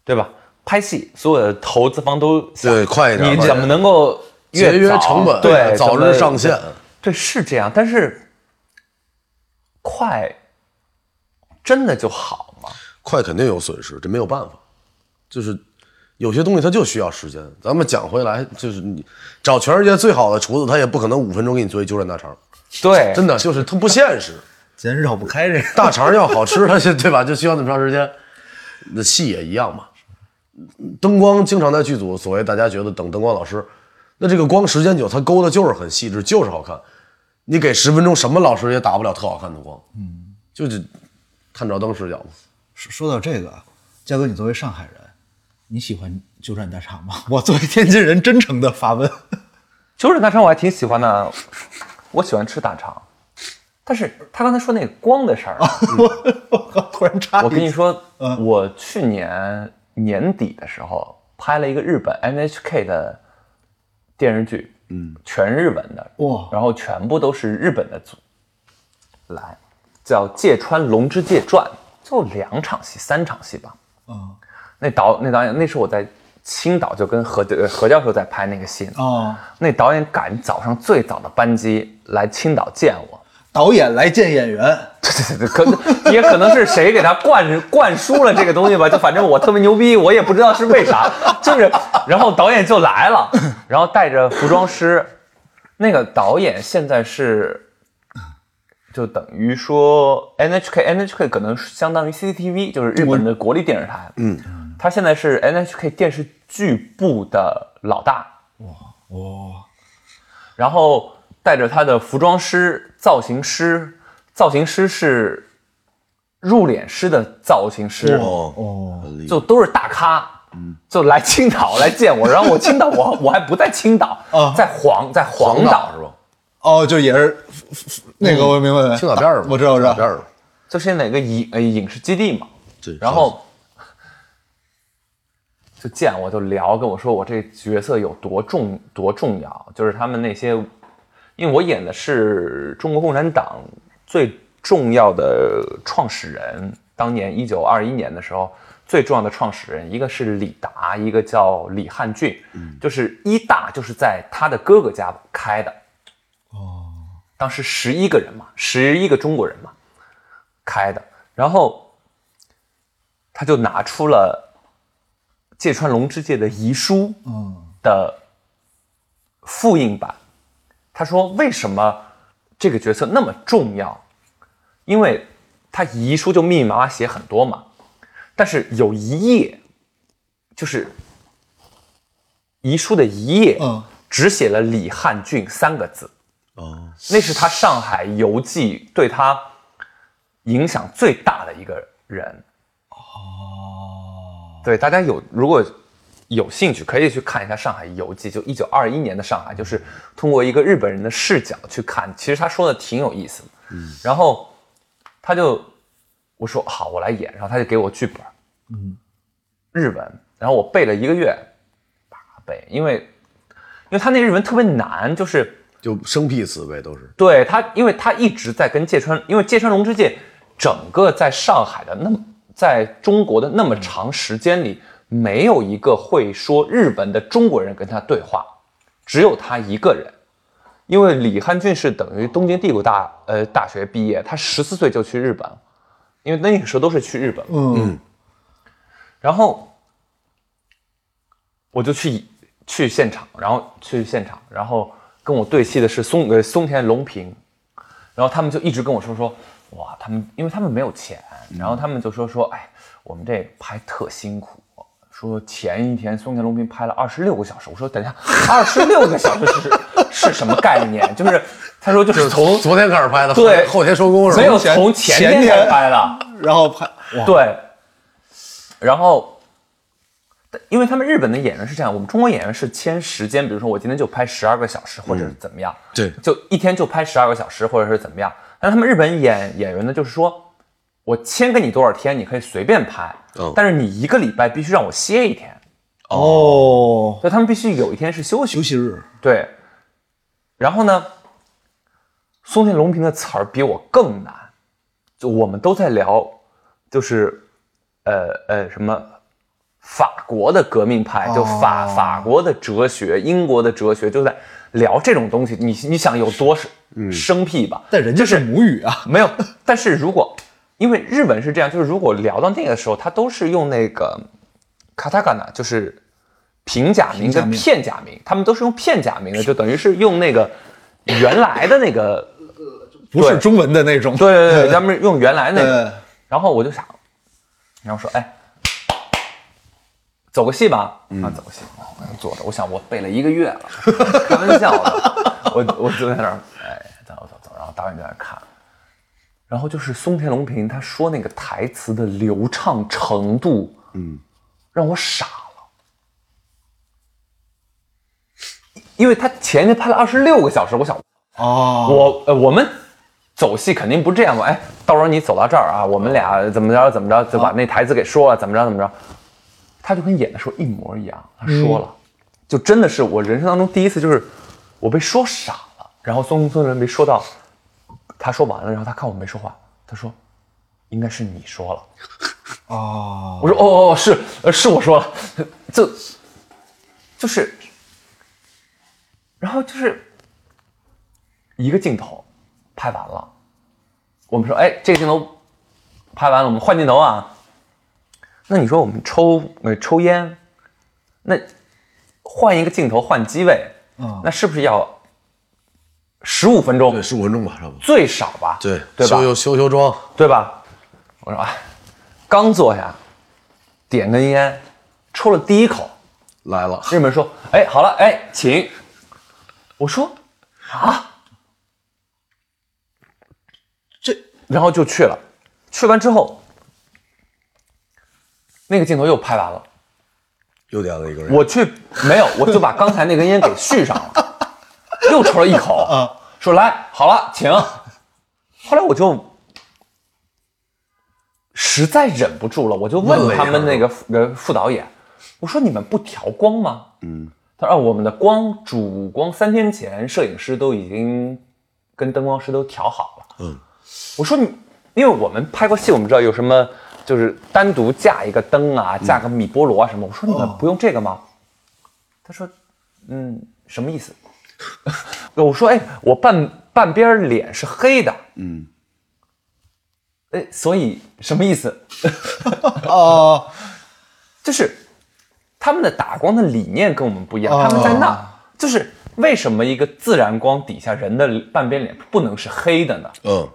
Speaker 3: 对吧？拍戏，所有的投资方都想
Speaker 1: 对快一点
Speaker 3: 你
Speaker 1: 吧
Speaker 3: 怎么能够越
Speaker 1: 节约
Speaker 3: 早
Speaker 1: 成本，啊
Speaker 3: 对，
Speaker 1: 早
Speaker 3: 怎么
Speaker 1: 日上线。
Speaker 3: 对，是这样，但是快真的就好吗？
Speaker 1: 快肯定有损失，这没有办法，就是有些东西它就需要时间。咱们讲回来，就是你找全世界最好的厨子，他也不可能五分钟给你做一鸠占大肠，
Speaker 3: 对，
Speaker 1: 真的就是它不现实。
Speaker 2: 咱绕不开这个。
Speaker 1: 大肠要好吃，它 *laughs* 就对吧？就需要那么长时间。那戏也一样嘛，灯光经常在剧组，所谓大家觉得等灯光老师，那这个光时间久，它勾的就是很细致，就是好看。你给十分钟，什么老师也打不了特好看的光，嗯，就是探照灯视角嘛。
Speaker 2: 说说到这个啊，嘉哥，你作为上海人，你喜欢鸠占大肠吗？ *laughs* 我作为天津人，真诚的发问。
Speaker 3: 九转大肠我还挺喜欢的，我喜欢吃大肠，但是他刚才说那个光的事 *laughs* 儿，
Speaker 2: 我突然插一句，
Speaker 3: 我啊跟你嗯说，我去年年底的时候拍了一个日本 NHK 的电视剧，嗯，全日文的，
Speaker 2: 哇
Speaker 3: 然后全部都是日本的组来，叫《芥川龙之介传》，就两场戏，三场戏吧。
Speaker 2: 啊
Speaker 3: 那导那导演那时候我在青岛就跟何呃何教授在拍那个戏呢，
Speaker 2: 啊，
Speaker 3: 那导演赶早上最早的班机来青岛见我， *laughs*
Speaker 2: 导演来见演员，
Speaker 3: 对对对，可能也可能是谁给他灌灌输了这个东西吧，就反正我特别牛逼，我也不知道是为啥，就是，然后导演就来了，然后带着服装师，那个导演现在是，就等于说 NHK NHK 可能是相当于 CCTV，就是日本的国立电视台，嗯，他现在是 NHK 电视剧部的老大，哦
Speaker 2: 哇，
Speaker 3: 然后带着他的服装师、造型师，造型师是入殓师的造型师，
Speaker 1: 哦，很厉害嗯
Speaker 3: 就都是大咖，就来青岛来见我。然后我青岛，我 *laughs* 我还不在青岛
Speaker 2: 啊，
Speaker 3: 在黄在黄
Speaker 1: 黄
Speaker 3: 岛
Speaker 1: 岛，是吧？
Speaker 2: 哦，就也是那个，我明白了，
Speaker 1: 青岛边儿吧，
Speaker 2: 我知道，我知
Speaker 1: 青岛
Speaker 2: 道
Speaker 1: 边，儿吧。
Speaker 3: 就现在有个影呃影视基地嘛，
Speaker 1: 对，
Speaker 3: 然后 *laughs* 就见我就聊，跟我说我这角色有多重多重要，就是他们那些，因为我演的是中国共产党最重要的创始人，当年一九二一年的时候。最重要的创始人，一个是李达，一个叫李汉俊，就是一大就是在他的哥哥家开的，当时十一个人嘛，十一个中国人嘛，开的。然后他就拿出了芥川龙之介的遗书
Speaker 2: 嗯
Speaker 3: 的复印版，他说为什么这个角色那么重要？因为他遗书就密密麻麻写很多嘛，但是有一页就是遗书的一页，
Speaker 2: 嗯，
Speaker 3: 只写了李汉俊三个字。
Speaker 1: 哦，
Speaker 3: 那是他上海游记对他影响最大的一个人。哦，对，大家有如果有兴趣，可以去看一下《上海游记》，就一九二一年的上海，就是通过一个日本人的视角去看，其实他说的挺有意思的。嗯，然后他就我说好，我来演，然后他就给我剧本，嗯，日文，然后我背了一个月，啪背，因为因为他那日文特别难，就是。
Speaker 1: 就生僻词呗，都是。
Speaker 3: 对他，因为他一直在跟芥川，因为芥川龙之介整个在上海的那么在中国的那么长时间里，没有一个会说日文的中国人跟他对话，只有他一个人。因为李汉俊是等于东京帝国大呃大学毕业，他十四岁就去日本，因为那个时候都是去日本嘛
Speaker 2: 嗯
Speaker 3: 然后我就去去现场，然后去现场，然后跟我对戏的是松呃松田龙平，然后他们就一直跟我说说，哇，他们因为他们没有钱，然后他们就说说，哎，我们这拍特辛苦。说前一天松田龙平拍了二十六个小时，我说等一下，二十六个小时是 *laughs* 是什么概念？就是他说就
Speaker 1: 就是是从昨天开始拍的，
Speaker 3: 对
Speaker 1: 后后天收工是吧？
Speaker 3: 没有
Speaker 2: 前
Speaker 3: 从前
Speaker 2: 前
Speaker 3: 天
Speaker 2: 天
Speaker 3: 才拍的，
Speaker 2: 然后拍哇，
Speaker 3: 对，然后，但因为他们日本的演员是这样，我们中国演员是签时间，比如说我今天就拍十二个小时，或者是怎么样，
Speaker 1: 对
Speaker 3: 就一天就拍十二个小时，或者是怎么样。但是他们日本演演员呢，就是说我签给你多少天，你可以随便拍，
Speaker 1: 嗯
Speaker 3: 但是你一个礼拜必须让我歇一天，
Speaker 2: 哦，
Speaker 3: 所以他们必须有一天是休息
Speaker 2: 休息日，
Speaker 3: 对，然后呢，松田龙平的词儿比我更难，就我们都在聊，就是，呃呃什么。法国的革命派，就法、
Speaker 2: 哦
Speaker 3: 法国的哲学，英国的哲学，就在聊这种东西。你你想有多生生僻吧？
Speaker 2: 但人家是母语啊，
Speaker 3: 没有， *laughs* 但是如果因为日本是这样，就是如果聊到那个时候，他都是用那个卡塔卡纳，就是平假名
Speaker 2: 平假
Speaker 3: 跟
Speaker 2: 名
Speaker 3: 片假名，他们都是用片假名的，就等于是用那个原来的
Speaker 2: *laughs*
Speaker 3: 那个，
Speaker 2: 不是中文的那种。
Speaker 3: 对对对，他们用原来那个。
Speaker 2: 对，
Speaker 3: 然后我就想，然后说，哎，走个戏吧，啊，走个戏，我坐着，我想我背了一个月了， *laughs* 开玩笑的， *laughs* 我我就在那儿，哎，走走走，然后导演就在那儿看，然后就是松田龙平他说那个台词的流畅程度，嗯，让我傻了，因为他前天拍了二十六个小时，我想
Speaker 2: 哦，
Speaker 3: 我呃，我们走戏肯定不这样嘛。哎，到时候你走到这儿啊，我们俩怎么着怎么着，就把那台词给说了，怎么着怎么着，他就跟演的时候一模一样，他说了，就真的是我人生当中第一次，就是我被说傻了。然后松村人没说到，他说完了，然后他看我没说话，他说。应该是你说了，
Speaker 2: 哦，
Speaker 3: 我说哦哦哦是呃是我说了，就就是，然后就是一个镜头拍完了，我们说哎这个镜头拍完了，我们换镜头啊。那你说我们抽呃抽烟，那换一个镜头换机位，
Speaker 2: 嗯
Speaker 3: 那是不是要十五分钟
Speaker 1: 对，十五分钟吧，差不多。
Speaker 3: 最少吧？
Speaker 1: 对，
Speaker 3: 对吧？
Speaker 1: 修修修修妆，
Speaker 3: 对吧？我说啊，刚坐下，点根烟，抽了第一口，
Speaker 1: 来了，
Speaker 3: 日本人说，哎，好了，哎，请。我说啊，
Speaker 2: 这
Speaker 3: 然后就去了，去完之后，那个镜头又拍完了，
Speaker 1: 又点了一个人。
Speaker 3: 我去没有，我就把刚才那根烟给续上了，又抽了一口，说来好了，请。后来我就实在忍不住了，我就
Speaker 1: 问
Speaker 3: 问
Speaker 1: 了一
Speaker 3: 他们
Speaker 1: 下
Speaker 3: 那个副呃副导演，我说你们不调光吗？嗯，他说啊我们的光主光三天前摄影师都已经跟灯光师都调好了。我说你，因为我们拍过戏，我们知道有什么就是单独架一个灯啊，架个米波罗啊什么。我说你们不用这个吗？他说，嗯，什么意思？ *laughs* 我说，哎，我半半边脸是黑的，嗯，哎，所以什么意思？
Speaker 1: *laughs*
Speaker 3: *laughs*
Speaker 2: 哦，
Speaker 3: 就是他们的打光的理念跟我们不一样，
Speaker 2: 哦
Speaker 3: 他们在那就是为什么一个自然光底下人的半边脸不能是黑的呢？
Speaker 1: 嗯，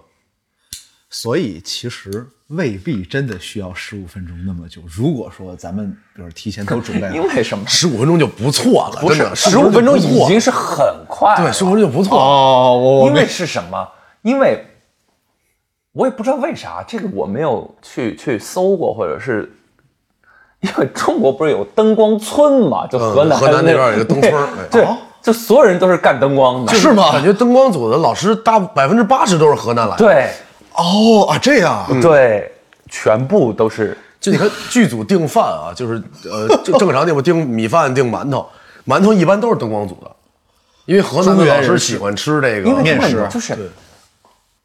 Speaker 2: 所以其实未必真的需要十五分钟那么久。如果说咱们比如提前都准备
Speaker 3: *laughs* 因
Speaker 2: 好，
Speaker 3: 为什么？
Speaker 1: 十五分钟就不错了，
Speaker 3: 不
Speaker 1: 啊真
Speaker 3: 是
Speaker 1: 的，
Speaker 3: 十五
Speaker 1: 15
Speaker 3: 分钟
Speaker 1: 就不
Speaker 3: 已
Speaker 1: 错
Speaker 3: 经是很快了。
Speaker 1: 对，十五分钟就不错。
Speaker 2: 哦，我
Speaker 3: 因为是什么？因为我也不知道为啥，这个我没有去去搜过，或者是因为中国不是有灯光村嘛？就
Speaker 1: 嗯
Speaker 3: 河南、
Speaker 1: 河南那边有一个灯村儿哎
Speaker 3: 对，对就所有人都是干灯光的，
Speaker 2: 是吗
Speaker 1: 感觉灯光组的老师大百分之八十都是河南来的。
Speaker 3: 对
Speaker 2: 哦啊这样
Speaker 1: 嗯
Speaker 2: 啊，
Speaker 3: 对，全部都是
Speaker 1: 就你看剧组订饭啊，就是呃正正常地方订米饭、订馒头，馒头一般都是灯光组的，因为河南的老师喜欢吃这个
Speaker 3: 因为
Speaker 2: 面
Speaker 3: 根本
Speaker 2: 食
Speaker 3: 就是，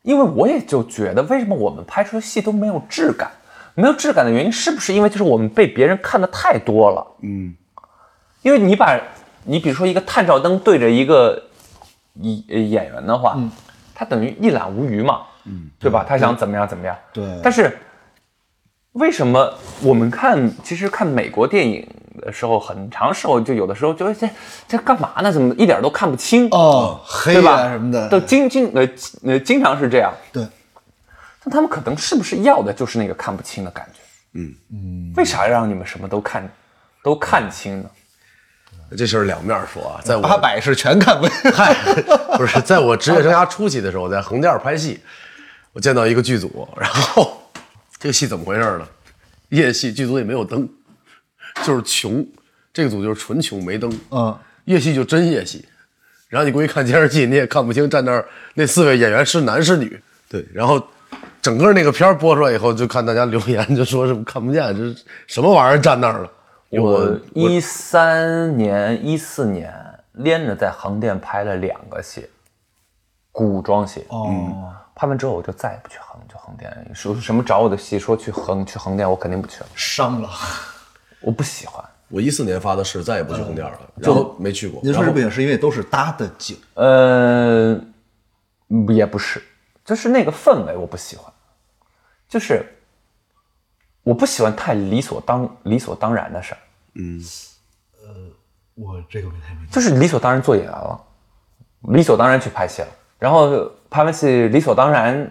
Speaker 3: 因为我也就觉得，为什么我们拍出的戏都没有质感？没有质感的原因，是不是因为就是我们被别人看的太多了？嗯，因为你把你比如说一个探照灯对着一个演演员的话，他等于一览无余嘛，嗯，对吧？他想怎么样怎么样，
Speaker 2: 对
Speaker 3: 但是为什么我们看其实看美国电影的时候，很长时候就有的时候就这这干嘛呢？怎么一点都看不清？
Speaker 2: 哦黑
Speaker 3: 对吧？
Speaker 2: 啊什么的，
Speaker 3: 都经经呃呃经常是这样。
Speaker 2: 对，
Speaker 3: 但他们可能是不是要的就是那个看不清的感觉？为啥让你们什么都看都看清呢？
Speaker 1: 这事儿两面说啊，在我
Speaker 2: 八百是全看不见。
Speaker 1: 嗨， *laughs* 不是，在我职业生涯初期的时候，在横店拍戏，我见到一个剧组，然后这个戏怎么回事呢？夜戏剧组也没有灯，就是穷，这个组就是纯穷，没灯。
Speaker 2: 嗯，
Speaker 1: 夜戏就真夜戏，然后你过去看电视剧，你也看不清站那儿那四位演员是男是女。对，然后整个那个片儿播出来以后，就看大家留言，就说是看不见，这是什么玩意儿站那儿了。
Speaker 3: 我一三年、一四年连着在横店拍了两个戏，古装戏。
Speaker 2: 哦，
Speaker 3: 拍完之后我就再也不去横，就横店。说什么找我的戏，说去横去横店，我肯定不去了，
Speaker 2: 伤了。
Speaker 3: 我不喜欢。
Speaker 1: 我一四年发的誓，再也不去横店了，然后没去过。
Speaker 2: 您说这不也是因为都是搭的景，
Speaker 3: 呃，嗯也不是，就是那个氛围我不喜欢，就是我不喜欢太理所当理所当然的事儿，
Speaker 2: 我这个没太明白。
Speaker 3: 就是理所当然做演员了，理所当然去拍戏了，然后拍完戏理所当然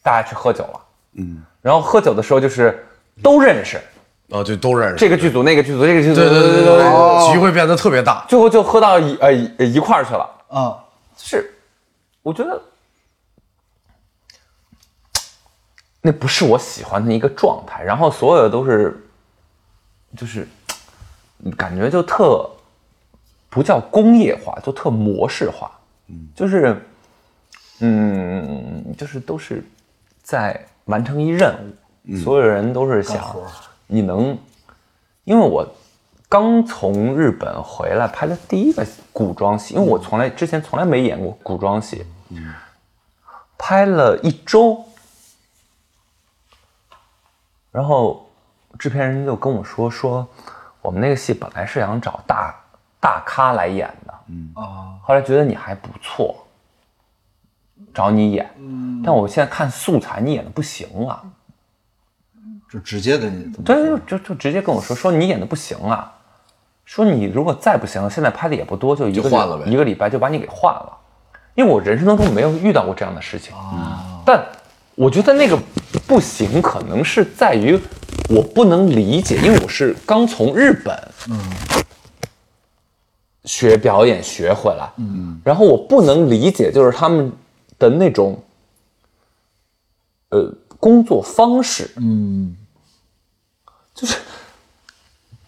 Speaker 3: 大家去喝酒了，嗯，然后喝酒的时候就是都认识
Speaker 1: 啊，就都认识。
Speaker 3: 这个剧组那个剧组这个剧组，
Speaker 1: 对对对对对，
Speaker 3: 哦
Speaker 1: 局会变得特别大。
Speaker 3: 最后就喝到一呃一一块儿去了。
Speaker 2: 啊，
Speaker 3: 是，我觉得那不是我喜欢的一个状态。然后所有的都是，就是感觉就特不叫工业化，就特模式化。嗯，就是，嗯，就是都是在完成一任务，所有人都是想你能，因为我刚从日本回来拍的第一个古装戏，因为我从来之前从来没演过古装戏，拍了一周，然后制片人就跟我说说，我们那个戏本来是想找大大咖来演的，
Speaker 2: 啊，
Speaker 3: 后来觉得你还不错，找你演，但我现在看素材你演的不行了。
Speaker 2: 就直接给你
Speaker 3: 对，就就就直接跟我说说你演的不行啊，说你如果再不行了，现在拍的也不多，就一个
Speaker 1: 就换了呗
Speaker 3: 一个礼拜就把你给换了。因为我人生当中没有遇到过这样的事情，
Speaker 1: 哦
Speaker 2: 啊，
Speaker 3: 但我觉得那个不行，可能是在于我不能理解，因为我是刚从日本，
Speaker 1: 嗯
Speaker 3: 学表演学回来，嗯，然后我不能理解，就是他们的那种，呃，工作方式，
Speaker 2: 嗯，
Speaker 3: 就是，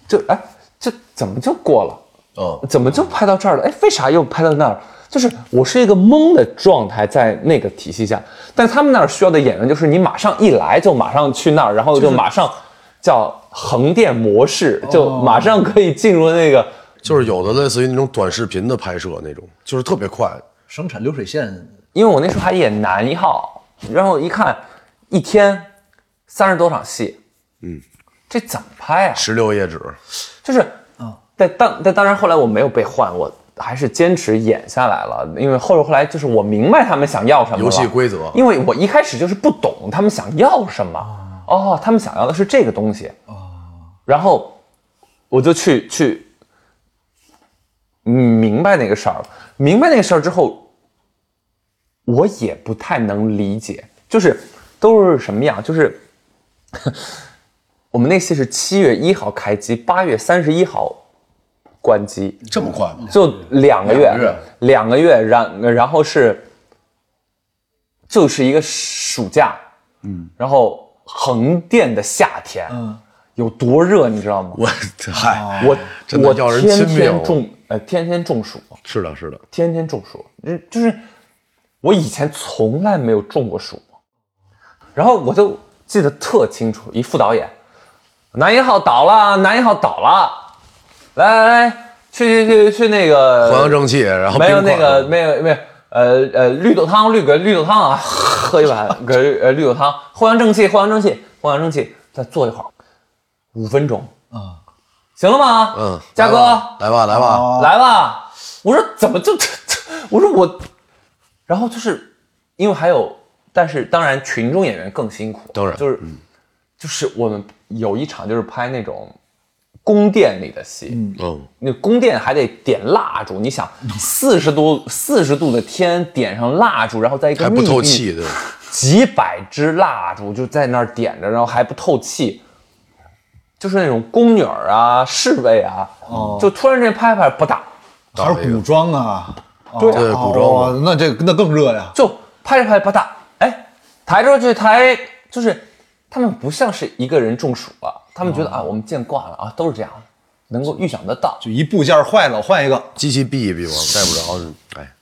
Speaker 3: 就哎，这怎么就过了？
Speaker 1: 嗯，
Speaker 3: 怎么就拍到这儿了？哎，为啥又拍到那儿？就是我是一个懵的状态，在那个体系下，但他们那儿需要的演员就是你马上一来就马上去那儿，然后就马上叫横店模式，就马上可以进入那个。
Speaker 1: 就是有的类似于那种短视频的拍摄那种，就是特别快。
Speaker 2: 生产流水线
Speaker 3: 因为我那时候还演男一号，然后一看一天三十多场戏，嗯，这怎么拍啊？
Speaker 1: 十六页纸，
Speaker 3: 就是，
Speaker 1: 嗯
Speaker 3: 但当但当然后来我没有被换，我还是坚持演下来了，因为后后来就是我明白他们想要什么了
Speaker 1: 游戏规则啊
Speaker 3: 因为我一开始就是不懂他们想要什么，哦，他们想要的是这个东西，然后我就去去嗯明白那个事儿了，明白那个事儿之后，我也不太能理解，就是都是什么样，就是。我们那戏是七月一号开机，八月三十一号关机，
Speaker 1: 这么快吗？
Speaker 3: 就两个月
Speaker 1: 两个月，
Speaker 3: 两
Speaker 1: 啊
Speaker 3: 个月，然然后是就是一个暑假，嗯，然后横店的夏天，
Speaker 2: 嗯，
Speaker 3: 有多热你知道吗？
Speaker 1: 我嗨，
Speaker 3: 我
Speaker 1: 哎真的
Speaker 3: 我
Speaker 1: 要人
Speaker 3: 天
Speaker 1: 亲哦命
Speaker 3: 天中呃天天中暑，
Speaker 1: 是的，是的，
Speaker 3: 天天中暑，嗯就是我以前从来没有中过暑，然后我就记得特清楚，一副导演，男一号倒了，男一号倒了，来来来，去去去去那个
Speaker 1: 弘扬正气，然后
Speaker 3: 没有
Speaker 1: 冰块
Speaker 3: 那个没有没有呃呃绿豆汤绿个绿豆汤啊，喝一碗个呃绿豆汤，藿扬正气藿扬正气藿扬正气，再坐一会儿，五分钟，
Speaker 2: 啊，
Speaker 3: 行了吗？
Speaker 1: 嗯，
Speaker 3: 嘉
Speaker 1: 来
Speaker 3: 哥，
Speaker 1: 吧来吧，来吧，
Speaker 2: 啊
Speaker 3: 来吧。我说怎么就， *laughs* 我说我，然后就是因为还有，但是当然群众演员更辛苦，
Speaker 1: 当然嗯
Speaker 3: 就是、就是我们有一场就是拍那种宫殿里的戏，
Speaker 1: 嗯，
Speaker 3: 那宫殿还得点蜡烛，你想四十度四十度的天点上蜡烛，然后在一个
Speaker 1: 还不
Speaker 3: 密
Speaker 1: 透
Speaker 3: 闭
Speaker 1: 气，对，
Speaker 3: 几百支蜡烛就在那儿点着，然后还不透气，
Speaker 4: 就是那种宫女儿啊、侍卫啊，
Speaker 1: 哦
Speaker 4: 就突然这拍拍不打，
Speaker 2: 还是古装啊？
Speaker 1: 对对古装嘛
Speaker 2: 哦，那这那更热呀。
Speaker 4: 就拍着拍着不打，哎，抬出去抬，就是他们不像是一个人中暑了，他们觉
Speaker 3: 哦
Speaker 4: 得、啊，我们见惯了啊，都是这样，能够预想得到。
Speaker 2: 就一部件坏了换一个，
Speaker 1: 机器避一避嘛，带不
Speaker 3: 嗯
Speaker 1: 着。哎，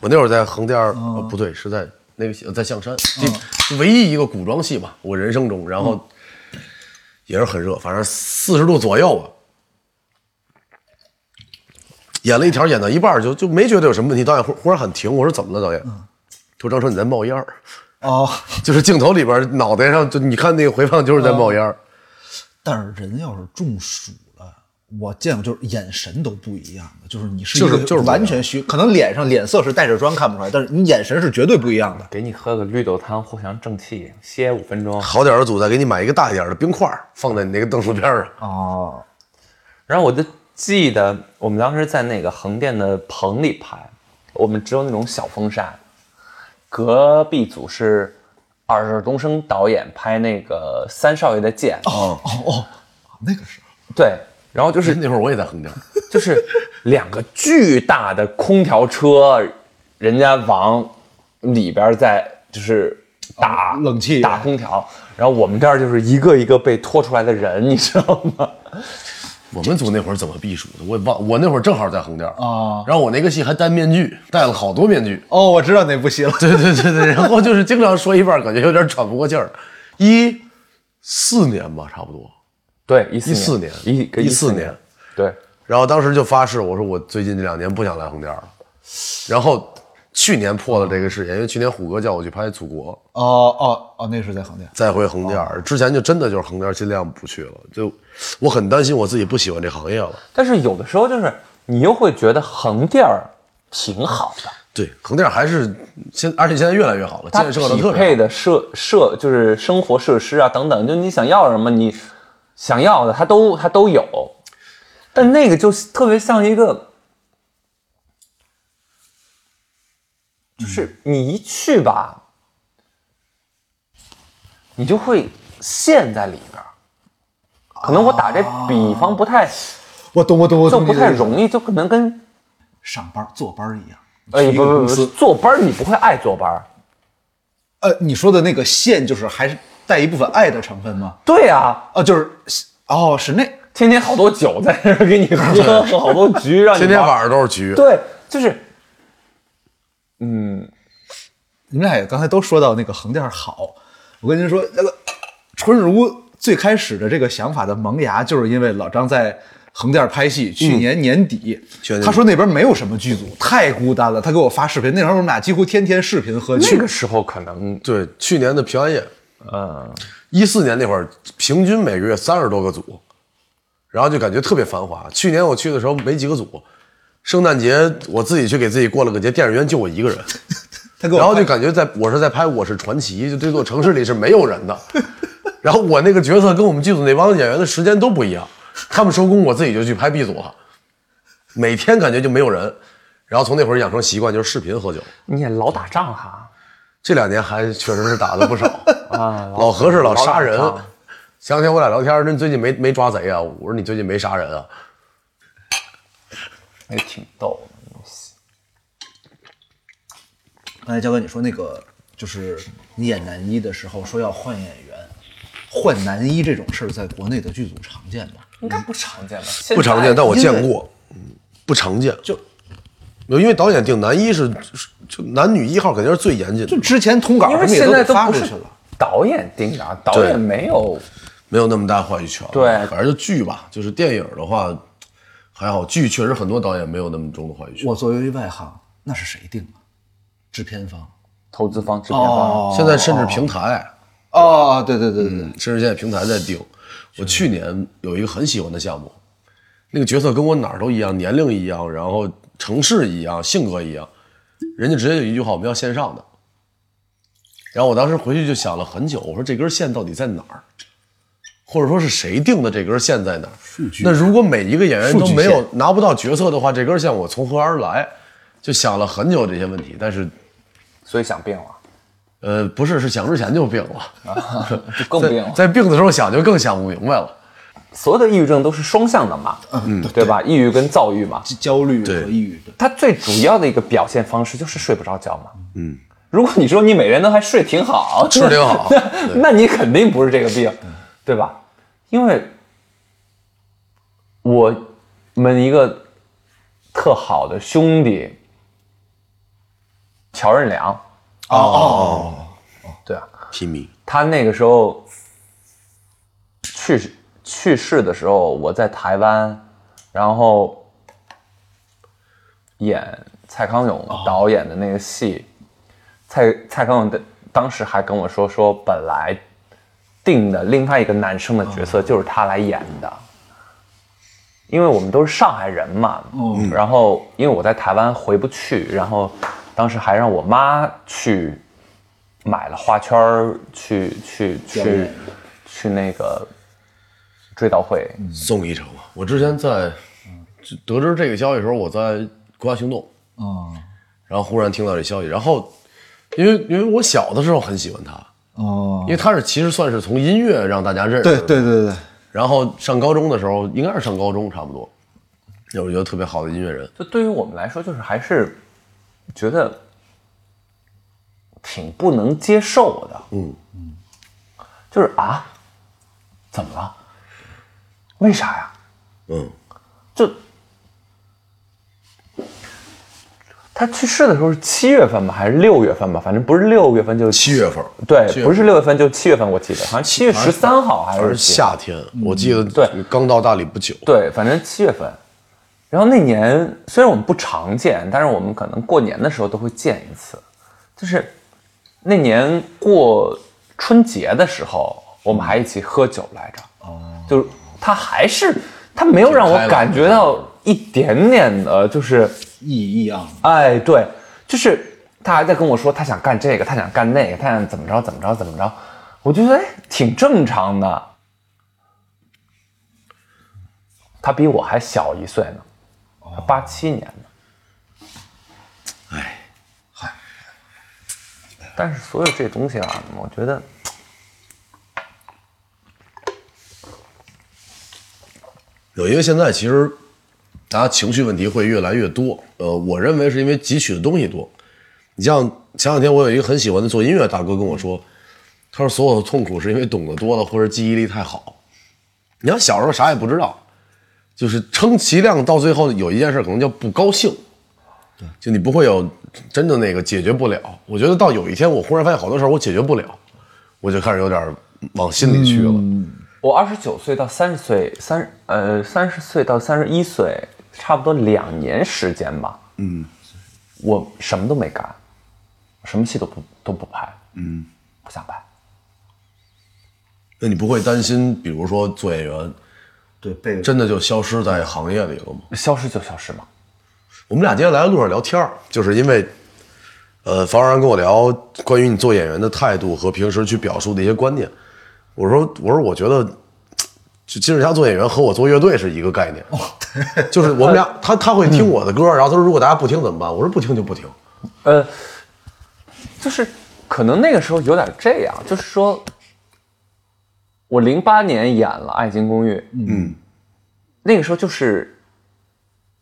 Speaker 1: 我那会儿在横店儿，呃不对，是在那个在象山，
Speaker 3: 嗯
Speaker 1: 这唯一一个古装戏吧，我人生中，然后也是很热，反正四十度左右吧。演了一条，演到一半儿就就没觉得有什么问题，导演忽忽然很停，我说怎么了，导演？
Speaker 3: 嗯
Speaker 1: 说张晨你在冒烟儿， *laughs*
Speaker 2: 哦，
Speaker 1: 就是镜头里边儿脑袋上就你看那个回放
Speaker 3: 嗯
Speaker 1: 就是在冒烟儿。
Speaker 2: 但是人要是中暑了，我见过就是眼神都不一样的，就是你是
Speaker 1: 就是
Speaker 2: 一个
Speaker 1: 就是不一样
Speaker 2: 完全虚，可能脸上脸色是带着妆看不出来，但是你眼神是绝对不一样的。
Speaker 3: 给你喝个绿豆汤藿香正气，歇五分钟。
Speaker 1: 好点儿的组再给你买一个大一点儿的冰块儿放在你那个凳子边儿上。
Speaker 2: 哦，
Speaker 3: 然后我就记得我们当时在那个横店的棚里拍，我们只有那种小风扇，隔壁组是尔冬升导演拍那个《三少爷的剑》，
Speaker 4: 哦
Speaker 2: 哦那个时候
Speaker 3: 对，然后就是
Speaker 1: 那会儿我也在横店儿。
Speaker 3: 就是两个巨大的空调车，人家往里边在就是打、
Speaker 2: 哦冷气
Speaker 3: 打空调，然后我们这儿就是一个一个被拖出来的人，你知道吗？
Speaker 1: 我们组那会儿怎么避暑的？我也忘，我那会儿正好在横店儿
Speaker 2: 啊
Speaker 1: 然后我那个戏还戴面具，戴了好多面具。
Speaker 2: 哦，我知道那部戏了。
Speaker 1: *laughs* 对对对 *laughs* 对，然后就是经常说一半儿，感觉有点喘不过气儿。一四年吧，差不多
Speaker 3: 对，一
Speaker 1: 一四
Speaker 3: 四
Speaker 1: 年，
Speaker 3: 一跟
Speaker 1: 一
Speaker 3: 四
Speaker 1: 四
Speaker 3: 年，对，
Speaker 1: 然后当时就发誓，我说我最近这两年不想来横店儿了。然后去年破了这个誓言，因为去年虎哥叫我去拍《祖国》，
Speaker 2: 哦哦哦，那是在横店。
Speaker 1: 再回横店儿。之前就真的就是横店儿，尽量不去了。就我很担心我自己不喜欢这行业了。
Speaker 3: 但是有的时候就是你又会觉得横店儿挺好的，
Speaker 1: 对，横店儿还是现，而且现在越来越好了，
Speaker 3: 它
Speaker 1: 建设的
Speaker 3: 匹
Speaker 1: 特别好
Speaker 3: 配。的设设就是生活设施啊等等，就你想要什么，你想要的它都它都有，但那个就是特别像一个，就是你一去吧，你就会陷在里边儿。可能我打这比方不太，
Speaker 2: 我懂，我懂，我
Speaker 3: 就
Speaker 2: 懂。
Speaker 3: 不太
Speaker 2: 你这个
Speaker 3: 容易，就可能跟
Speaker 2: 上班坐班一样。
Speaker 3: 哎
Speaker 2: 去一
Speaker 3: 不
Speaker 2: 个
Speaker 3: 不
Speaker 2: 公
Speaker 3: 不
Speaker 2: 司，
Speaker 3: 坐班儿你不会爱坐班儿，
Speaker 2: 呃，你说的那个线就是还是带一部分爱的成分吗？
Speaker 3: 对啊，
Speaker 2: 哦，就是哦，是那
Speaker 3: 天天好多酒在那儿给你喝，喝好多局让你
Speaker 1: 天天
Speaker 3: 玩儿
Speaker 1: 晚上都是局，
Speaker 3: 对，就是
Speaker 2: 你们俩也刚才都说到那个横店好，我跟您说，那个春如最开始的这个想法的萌芽，就是因为老张在横店拍戏，去年年底，
Speaker 1: 去年
Speaker 2: 他说那边没有什么剧组，太孤单了，他给我发视频，那时候我们俩几乎天天视频喝酒
Speaker 3: 那，个时候可能
Speaker 1: 对，去年的平安夜，
Speaker 3: 嗯，
Speaker 1: 一四年那会儿，平均每个月三十多个组，然后就感觉特别繁华。去年我去的时候没几个组，圣诞节我自己去给自己过了个节，电影院就我一个人，
Speaker 2: 他给我
Speaker 1: 然后就
Speaker 2: 发
Speaker 1: 感觉在我是在拍《我是传奇》，就这座城市里是没有人的。 *laughs* 然后我那个角色跟我们剧组那帮演员的时间都不一样，他们收工我自己就去拍 B 组了，每天感觉就没有人。然后从那会儿养成习惯就是视频喝酒，
Speaker 3: 你也老打仗哈
Speaker 1: 这两年还确实是打的不 *laughs* 少。
Speaker 3: 啊，
Speaker 1: 老何是老
Speaker 3: 打
Speaker 1: 杀人
Speaker 3: 仗。
Speaker 1: 想想我俩聊天，那你最近没没抓贼啊？我说你最近没杀人啊？
Speaker 3: 也哎挺逗的。
Speaker 2: 刚才焦哥哎你说那个就是你演男一的时候说要换演员，换男一这种事儿在国内的剧组常见吗？
Speaker 4: 应该不常见吧？现
Speaker 1: 不常见，
Speaker 4: 在
Speaker 1: 但我见过，嗯，不常见。
Speaker 2: 就
Speaker 1: 因为导演定男一是是就男女一号肯定是最严谨的
Speaker 2: 就，之前通稿
Speaker 4: 因
Speaker 2: 什
Speaker 4: 为
Speaker 2: 么也
Speaker 4: 现在
Speaker 2: 给
Speaker 4: 都
Speaker 2: 发
Speaker 4: 不
Speaker 2: 出
Speaker 4: 是
Speaker 2: 去了，
Speaker 4: 导演盯着啊，导演没有
Speaker 1: 没有那么大话语权。
Speaker 4: 对
Speaker 1: 反正就剧吧，就是电影的话还好，剧确实很多导演没有那么重的话语权。
Speaker 2: 我作为外行，那是谁定的？制片方。
Speaker 3: 投资方、制片方，
Speaker 1: 现在嗯甚至平台，
Speaker 2: 哦，对对对对对，
Speaker 1: 甚至现在平台在定。我去年有一个很喜欢的项目，那个角色跟我哪儿都一样，年龄一样，然后城市一样，性格一样，人家直接有一句话，我们要线上的。然后我当时回去就想了很久，我说这根线到底在哪儿，或者说是谁定的这根线在哪儿？那如果每一个演员都没有拿不到角色的话，这根线我从何而来？就想了很久这些问题，但是
Speaker 3: 所以想病了，
Speaker 1: 呃，不是，是想之前就病了。
Speaker 3: 就更病了。
Speaker 1: 在病的时候想就更想不明白了。
Speaker 3: 所有的抑郁症都是双向的嘛，嗯，对吧？抑郁跟躁郁嘛，
Speaker 2: 焦虑
Speaker 1: 对
Speaker 2: 和抑郁的。
Speaker 3: 它最主要的一个表现方式就是睡不着觉嘛。嗯，如果你说你每天都还睡挺好，
Speaker 1: 吃挺
Speaker 3: *laughs*
Speaker 1: 好
Speaker 3: 那那你肯定不是这个病，对吧？因为我们一个特好的兄弟乔任梁，哦，对啊，
Speaker 1: 皮米，
Speaker 3: 他那个时候去世去世的时候，我在台湾，然后演蔡康永导演的那个戏，蔡蔡康永的当时还跟我说说，本来定的另外一个男生的角色就是他来演的。因为我们都是上海人嘛，然后因为我在台湾回不去，然后当时还让我妈去买了花圈儿去去去去那个追悼会，
Speaker 1: 送一程嘛。我之前在嗯就得知这个消息的时候，我在国家行动，
Speaker 2: 哦
Speaker 1: 然后忽然听到这消息，然后因为因为我小的时候很喜欢他，
Speaker 2: 哦
Speaker 1: 因，为他是其实算是从音乐让大家认识
Speaker 2: 对
Speaker 1: 的，
Speaker 2: 对对对，
Speaker 1: 然后上高中的时候，应该是上高中差不多，有一个特别好的音乐人，
Speaker 3: 就对于我们来说，就是还是觉得挺不能接受的。
Speaker 1: 嗯
Speaker 3: 嗯，就是啊，怎么了？为啥呀？
Speaker 1: 嗯，
Speaker 3: 就他去世的时候是七月份吧，还是六月份吧？反正不是六月份就是
Speaker 1: 七月份，
Speaker 3: 对
Speaker 1: 七，月份
Speaker 3: 不是六月份就是七月份，我记得好像七月十三号还
Speaker 1: 反正
Speaker 3: 是几号
Speaker 1: 夏天，我记得
Speaker 3: 嗯对
Speaker 1: 刚到大理不久，
Speaker 3: 对，反正七月份。然后那年虽然我们不常见，但是我们可能过年的时候都会见一次。就是那年过春节的时候，我们还一起喝酒来着。哦，就是他还是他没有让我
Speaker 1: 挺开朗
Speaker 3: 感觉到一点点的，就是
Speaker 2: 意义啊，
Speaker 3: 哎，对，就是他还在跟我说他想干这个，他想干那个，他想怎么着怎么着怎么着，我就觉得哎挺正常的。他比我还小一岁呢，他八七年的。哎，嗨，但是所有这东西啊，我觉得
Speaker 1: 有因为现在其实大家情绪问题会越来越多，呃，我认为是因为汲取的东西多。你像前两天我有一个很喜欢的做音乐大哥跟我说，他说所有的痛苦是因为懂得多了或者记忆力太好。你像小时候啥也不知道，就是充其量到最后有一件事可能叫不高兴，就你不会有真的那个解决不了。我觉得到有一天我忽然发现好多事儿我解决不了，我就开始有点往心里去了。
Speaker 3: 我二十九岁到三十岁，三呃三十岁到三十一岁，差不多两年时间吧。嗯，我什么都没干，什么戏都不都不拍。嗯，不想拍。
Speaker 1: 那你不会担心，比如说做演员
Speaker 2: 对被
Speaker 1: 真的就消失在行业里了吗？
Speaker 3: 消失就消失嘛。
Speaker 1: 我们俩今天来的路上聊天儿，就是因为，呃，房然跟我聊关于你做演员的态度和平时去表述的一些观念。我说，我说，我觉得，就金志佳做演员和我做乐队是一个概念，
Speaker 3: 哦
Speaker 1: 就是我们
Speaker 3: *laughs*
Speaker 1: 俩，他他会听我的歌，然后他说如果大家不听怎么办？我说不听就不听，
Speaker 3: 呃，就是可能那个时候有点这样，就是说，我零八年演了《爱情公寓》，嗯，那个时候就是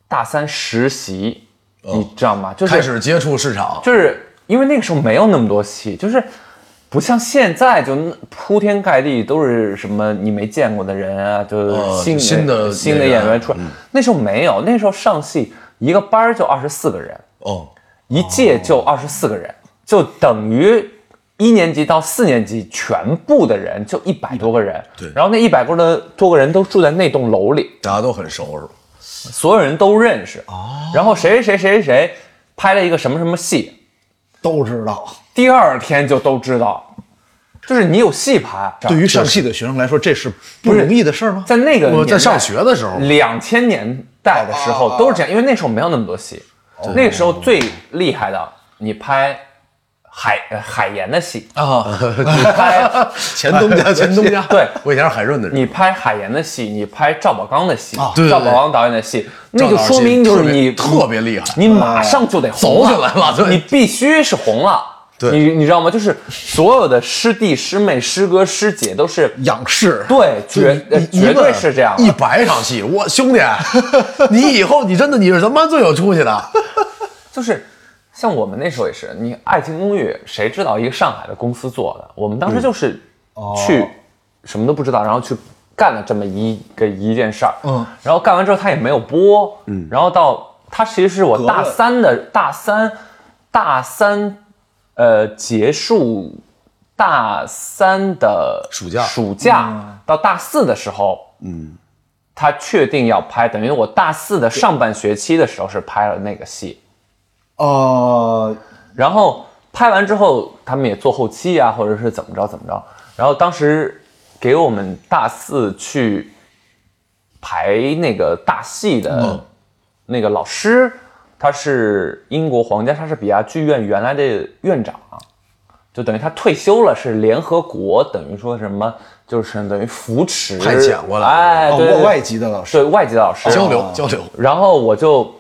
Speaker 3: 大三实习，你知道吗？就是
Speaker 1: 开始接触市场。
Speaker 3: 就是因为那个时候没有那么多戏，就是不像现在就那铺天盖地都是什么你没见过的人啊，就是
Speaker 1: 呃
Speaker 3: 新
Speaker 1: 新的
Speaker 3: 新的
Speaker 1: 演员嗯
Speaker 3: 演员出来。那时候没有，那时候上戏一个班儿就二十四个人，
Speaker 1: 哦，
Speaker 3: 一届就二十四个人，就等于一年级到四年级全部的人就一百多个人。
Speaker 1: 对
Speaker 3: 然后那一百多的多个人都住在那栋楼里，
Speaker 1: 大家都很熟是吧？
Speaker 3: 所有人都认识。
Speaker 1: 哦
Speaker 3: 然后谁谁谁谁谁拍了一个什么什么戏，
Speaker 2: 都知道。
Speaker 3: 第二天就都知道，就是你有戏拍。
Speaker 2: 对于上戏的学生来说，这是不
Speaker 3: 是
Speaker 2: 容易的事儿吗？
Speaker 3: 在那个
Speaker 1: 我在上学的时候
Speaker 3: 两千年代的时候都是这样，因为那时候没有那么多戏，
Speaker 1: 哦
Speaker 3: 那个时候最厉害的，你拍海呃海岩的戏，你拍 *laughs*
Speaker 1: 前东家， *laughs* 前东家，
Speaker 3: 对
Speaker 1: 我以前是海润的人，
Speaker 3: 你拍海岩的戏，你拍赵宝刚的戏，
Speaker 1: 哦对对
Speaker 3: 赵
Speaker 1: 对
Speaker 3: 宝刚导演的戏，那
Speaker 1: 赵
Speaker 3: 就
Speaker 1: 导
Speaker 3: 说
Speaker 1: 戏
Speaker 3: 明就是
Speaker 1: 特别
Speaker 3: 你
Speaker 1: 特别厉害
Speaker 3: 你马上就得红
Speaker 1: 走起来了对
Speaker 3: 你必须是红了，
Speaker 1: 对
Speaker 3: 你你知道吗？就是所有的师弟、师妹、师哥、师姐都是
Speaker 2: 仰视，
Speaker 3: 对，绝呃
Speaker 1: 一
Speaker 3: 绝对
Speaker 1: 一问
Speaker 3: 是这样的。
Speaker 1: 一百场戏，我兄弟， *laughs* 你以后你真的你是咱们班最有出
Speaker 3: *laughs*
Speaker 1: 息的。
Speaker 3: 就是像我们那时候也是，你《爱情公寓》，谁知道一个上海的公司做的？我们当
Speaker 1: 嗯
Speaker 3: 时就是
Speaker 1: 哦
Speaker 3: 去、什么都不知道，然后去干了这么一个一件事儿。
Speaker 2: 嗯，
Speaker 3: 然后干完之后他也没有播。嗯，然后到他其实是我大三的大三，大三，呃，结束大三的
Speaker 1: 暑假
Speaker 3: 暑假、到大四的时候，
Speaker 1: 嗯，
Speaker 3: 他确定要拍，等于我大四的上半学期的时候是拍了那个戏。
Speaker 2: 呃，
Speaker 3: 然后拍完之后，他们也做后期啊，或者是怎么着怎么着。然后当时给我们大四去排那个大戏
Speaker 1: 嗯
Speaker 3: 的那个老师，他是英国皇家莎士比亚剧院原来的院长，啊就等于他退休了，是联合国等于说什么，就是等于扶持
Speaker 1: 派遣过来
Speaker 3: 哎，
Speaker 2: 哦，
Speaker 3: 对对
Speaker 2: 外
Speaker 3: 对
Speaker 2: 外籍的老师，
Speaker 3: 对外籍的老师
Speaker 1: 交流交流，
Speaker 3: 然后我就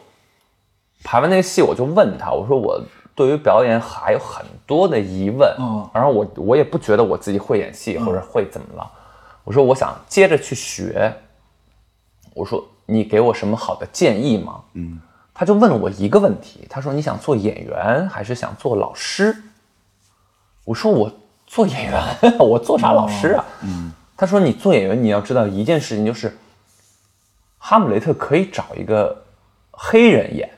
Speaker 3: 排完那个戏，我就问他，我说我对于表演还有很多的疑问，
Speaker 2: 嗯
Speaker 3: 然后我我也不觉得我自己会演戏或者会怎么了，我说我想接着去学，我说你给我什么好的建议吗？嗯，他就问了我一个问题，他说你想做演员还是想做老师？我说我做演员， *laughs* 我做啥老师啊？嗯，他说你做演员，你要知道一件事情，就是《哈姆雷特》可以找一个黑人演，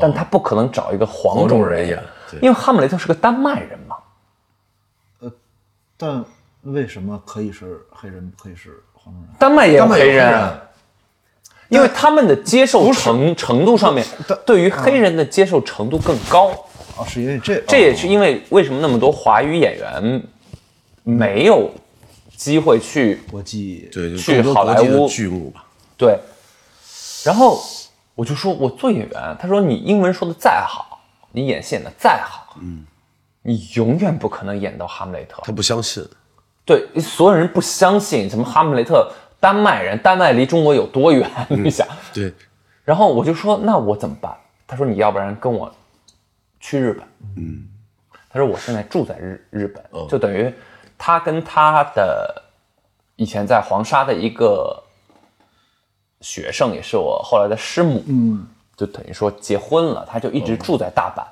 Speaker 3: 但他不可能找一个哦黄种人演
Speaker 1: 黄种人演对，
Speaker 3: 因为哈姆雷特是个丹麦人嘛。
Speaker 2: 但为什么可以是黑人，不可以是黄种人？
Speaker 3: 丹麦也有
Speaker 1: 丹麦有
Speaker 3: 黑人啊
Speaker 1: 黑人，
Speaker 3: 因为他们的接受程程度上面，对于黑人的接受程度更高。
Speaker 2: 哦，是因为这，
Speaker 3: 这也
Speaker 2: 哦
Speaker 3: 是因为为什么那么多华语演员没有机会去
Speaker 2: 国际，
Speaker 1: 对，就
Speaker 3: 去
Speaker 1: 更多
Speaker 3: 好
Speaker 1: 国
Speaker 3: 莱
Speaker 1: 际的
Speaker 3: 坞
Speaker 1: 剧目吧。
Speaker 3: 对，然后我就说我做演员，他说你英文说的再好，你演戏演的再好，嗯，你永远不可能演到哈姆雷特。
Speaker 1: 他不相信，
Speaker 3: 对，所有人不相信什么哈姆雷特，丹麦人，丹麦离中国有多远？ *laughs* 你想，
Speaker 1: 对，
Speaker 3: 然后我就说那我怎么办？他说你要不然跟我去日本，嗯，他说我现在住在日日本，就等于他跟他的以前在黄沙的一个学生，也是我后来的师母，
Speaker 2: 嗯，
Speaker 3: 就等于说结婚了，他就一直住在大阪，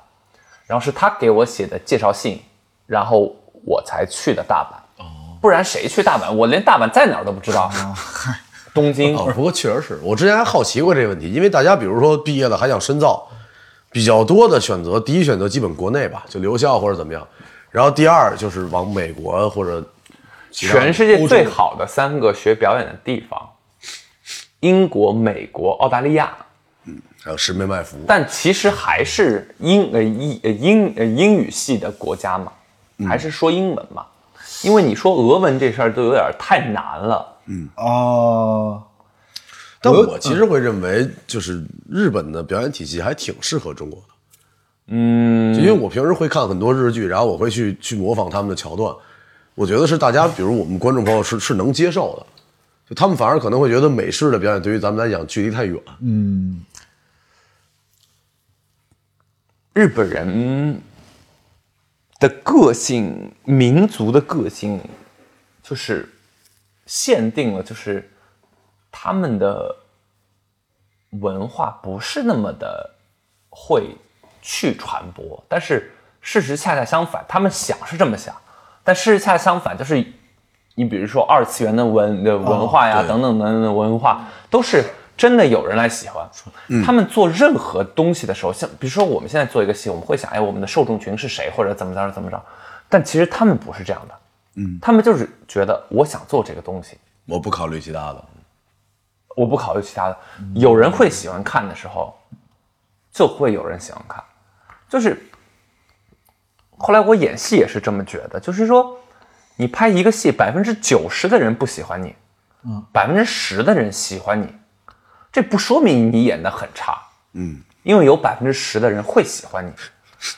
Speaker 3: 然后是他给我写的介绍信，然后我才去的大阪，不然谁去大阪？我连大阪在哪儿都不知道，东京。
Speaker 1: 哦，不过确实是我之前还好奇过这个问题，因为大家比如说毕业了还想深造，比较多的选择，第一选择基本国内吧，就留校或者怎么样，然后第二就是往美国或者其他
Speaker 3: 全世界
Speaker 1: 欧洲
Speaker 3: 最好的三个学表演的地方，英国、美国、澳大利亚，
Speaker 1: 还有神门麦福，
Speaker 3: 但其实还是英呃英呃英呃英语系的国家嘛，
Speaker 1: 嗯
Speaker 3: 还是说英文嘛，因为你说俄文这事儿都有点太难了。
Speaker 2: 哦，
Speaker 1: 但
Speaker 2: 我
Speaker 1: 我其实会认为就是日本的表演体系还挺适合中国的。
Speaker 3: 嗯，
Speaker 1: 就因为我平时会看很多日剧，然后我会去去模仿他们的桥段，我觉得是大家，比如我们观众朋友是是能接受的，就他们反而可能会觉得美式的表演对于咱们来讲距离太远，
Speaker 3: 日本人的个性，民族的个性，就是限定了，就是他们的文化不是那么的会去传播，但是事实恰恰相反，他们想是这么想，但事实恰恰相反，就是你比如说二次元的文的文化呀，
Speaker 1: 对
Speaker 3: 等等等等的文化，都是真的有人来喜欢。他们做任何东西的时候，像比如说我们现在做一个戏，我们会想，哎，我们的受众群是谁，或者怎么着怎么着，但其实他们不是这样的，嗯，他们就是觉得我想做这个东西，
Speaker 1: 我不考虑其他的。
Speaker 3: 我不考虑其他的。有人会喜欢看的时候，就会有人喜欢看。就是后来我演戏也是这么觉得，就是说，你拍一个戏，百分之九十的人不喜欢你，嗯，百分之十的人喜欢你，这不说明你演的很差，
Speaker 1: 嗯，
Speaker 3: 因为有百分之十的人会喜欢你。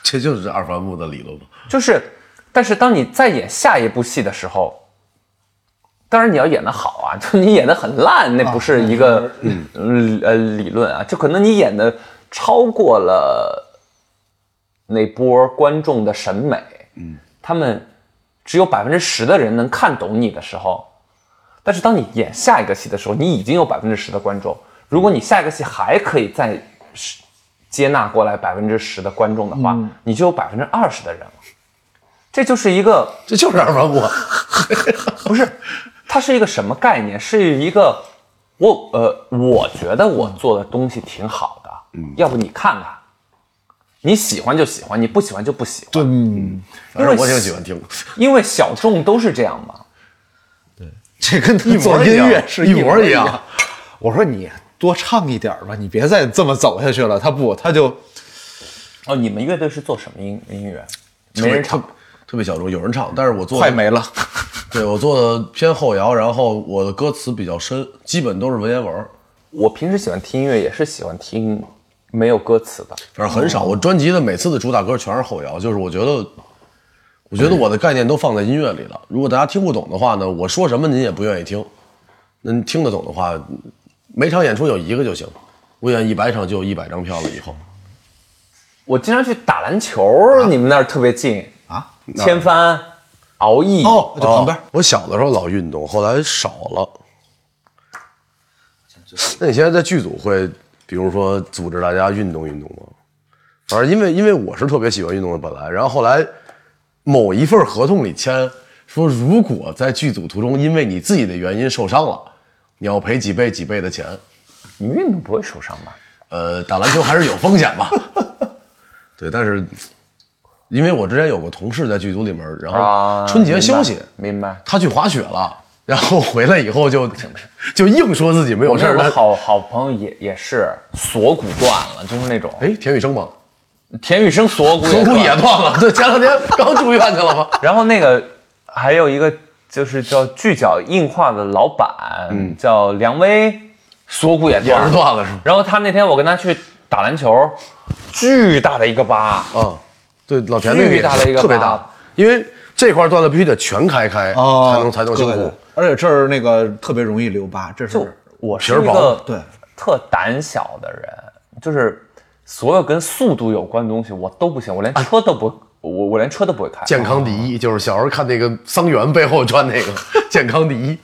Speaker 1: 这就是二番木的理论嘛。
Speaker 3: 就是，但是当你再演下一部戏的时候，当然你要演得好啊，就你演得很烂，那不是一个、嗯呃理论啊，就可能你演的超过了那波观众的审美，嗯，他们只有百分之十的人能看懂你的时候，但是当你演下一个戏的时候，你已经有百分之十的观众。如果你下一个戏还可以再是接纳过来百分之十的观众的话，你就有百分之二十的人了。这就是一个
Speaker 1: 这就是二啊八 *laughs* 五，
Speaker 3: 不是，它是一个什么概念？是一个我呃，我觉得我做的东西挺好的，嗯，要不你看看，你喜欢就喜欢，你不喜欢就不喜欢，
Speaker 2: 对，嗯
Speaker 1: 反正我挺喜欢听，
Speaker 3: 因为小众都是这样嘛。
Speaker 2: 这跟他做音乐是
Speaker 1: 一
Speaker 2: 模
Speaker 1: 模一样
Speaker 2: 样。我说你多唱一点吧，你别再这么走下去了。他不，他就
Speaker 3: 哦，你们乐队是做什么音音乐？
Speaker 1: 没人唱，特别小众，有人唱，但是我做的
Speaker 2: 快没了。
Speaker 1: 对我做的偏后摇，然后我的歌词比较深，基本都是文言文儿，
Speaker 3: 我平时喜欢听音乐，也是喜欢听没有歌词的。
Speaker 1: 反正很少。我专辑的每次的主打歌全是后摇，就是我觉得，我觉得我的概念都放在音乐里了。如果大家听不懂的话呢，我说什么您也不愿意听。那您听得懂的话，每场演出有一个就行。我演一百场就有一百张票了，以后
Speaker 3: 我经常去打篮球，你们那儿特别近
Speaker 2: 啊，
Speaker 3: 千帆、敖艺
Speaker 2: 哦，就旁边
Speaker 1: 哦我小的时候老运动，后来少了。那你现在在剧组会，比如说组织大家运动运动吗？反正因为因为我是特别喜欢运动的本来，然后后来某一份合同里签说，如果在剧组途中因为你自己的原因受伤了，你要赔几倍几倍的钱。
Speaker 3: 你运动不会受伤吧？
Speaker 1: 呃，打篮球还是有风险吧？ *laughs* 对，但是因为我之前有个同事在剧组里面，然后啊春节休息，
Speaker 3: 啊明白。
Speaker 1: 他去滑雪了，然后回来以后就就硬说自己没有
Speaker 3: 我
Speaker 1: 事
Speaker 3: 那
Speaker 1: 儿。
Speaker 3: 有个
Speaker 1: 但
Speaker 3: 好好朋友也也是锁骨断了，就是那种
Speaker 1: 哎，田雨生吗？
Speaker 3: 田雨生锁骨
Speaker 1: 锁骨
Speaker 3: 断
Speaker 1: 也断了，对，前两天刚住院去
Speaker 3: *laughs*
Speaker 1: 了吗？
Speaker 3: 然后那个还有一个就是叫巨脚硬化的老板，叫梁威，锁骨也
Speaker 1: 嗯也
Speaker 3: 断
Speaker 1: 是
Speaker 3: 了。
Speaker 1: 断了是吗？
Speaker 3: 然后他那天我跟他去打篮球，巨大的一个疤，
Speaker 1: 啊，对，老田那个也
Speaker 3: 巨大的一个疤
Speaker 1: 特别大，因为这块断了必须得全开开，
Speaker 2: 哦，
Speaker 1: 才能才能修
Speaker 2: 对
Speaker 1: 复。。
Speaker 2: 而且这儿那个特别容易留疤，这
Speaker 3: 就是我
Speaker 1: 皮
Speaker 3: 是
Speaker 1: 儿
Speaker 3: 一
Speaker 1: 薄
Speaker 3: 个
Speaker 2: 对
Speaker 3: 特胆小的人，就是所有跟速度有关的东西我都不行，我连车都不，我我连车都不会开。
Speaker 1: 啊健康第
Speaker 3: 哦
Speaker 1: 一，就是小时候看那个桑园背后穿那个健康第一。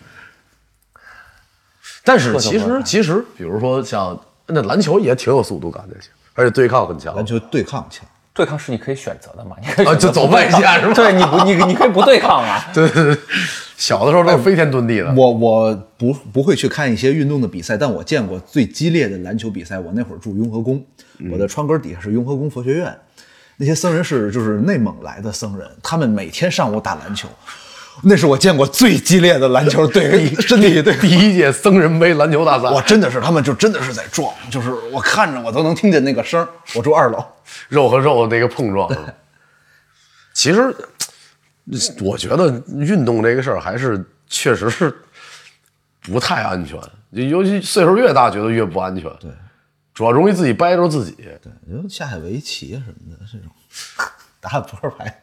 Speaker 1: 但是其
Speaker 3: 啊
Speaker 1: 实其实，比如说像那篮球也挺有速度感的，而且对抗很强。
Speaker 2: 篮球对抗强。
Speaker 3: 对抗是你可以选择的嘛？你可以
Speaker 1: 啊
Speaker 3: 选择
Speaker 1: 就走
Speaker 3: 不对
Speaker 1: 外
Speaker 3: 抗
Speaker 1: 线是吧
Speaker 3: 对，你不，你你可以不对抗啊。
Speaker 1: 对对对，小的时候都是飞天遁地的。
Speaker 2: 我我不不会去看一些运动的比赛，但我见过最激烈的篮球比赛。我那会儿住雍和宫，我的窗根底下是雍和宫佛学院，那些僧人是就是内蒙来的僧人，他们每天上午打篮球，那是我见过最激烈的篮球对 *laughs* 身体对。
Speaker 1: *laughs* 第一届僧人杯篮球大赛，
Speaker 2: 我真的是，他们就真的是在撞，就是我看着我都能听见那个声儿。我住二楼，
Speaker 1: 肉和肉的那个碰撞。其实，我觉得运动这个事儿还是确实是不太安全，尤其岁数越大，觉得越不安全。对，主要容易自己掰着自己。
Speaker 2: 你就下下围棋啊什么的这 *laughs* 种，打打扑克牌。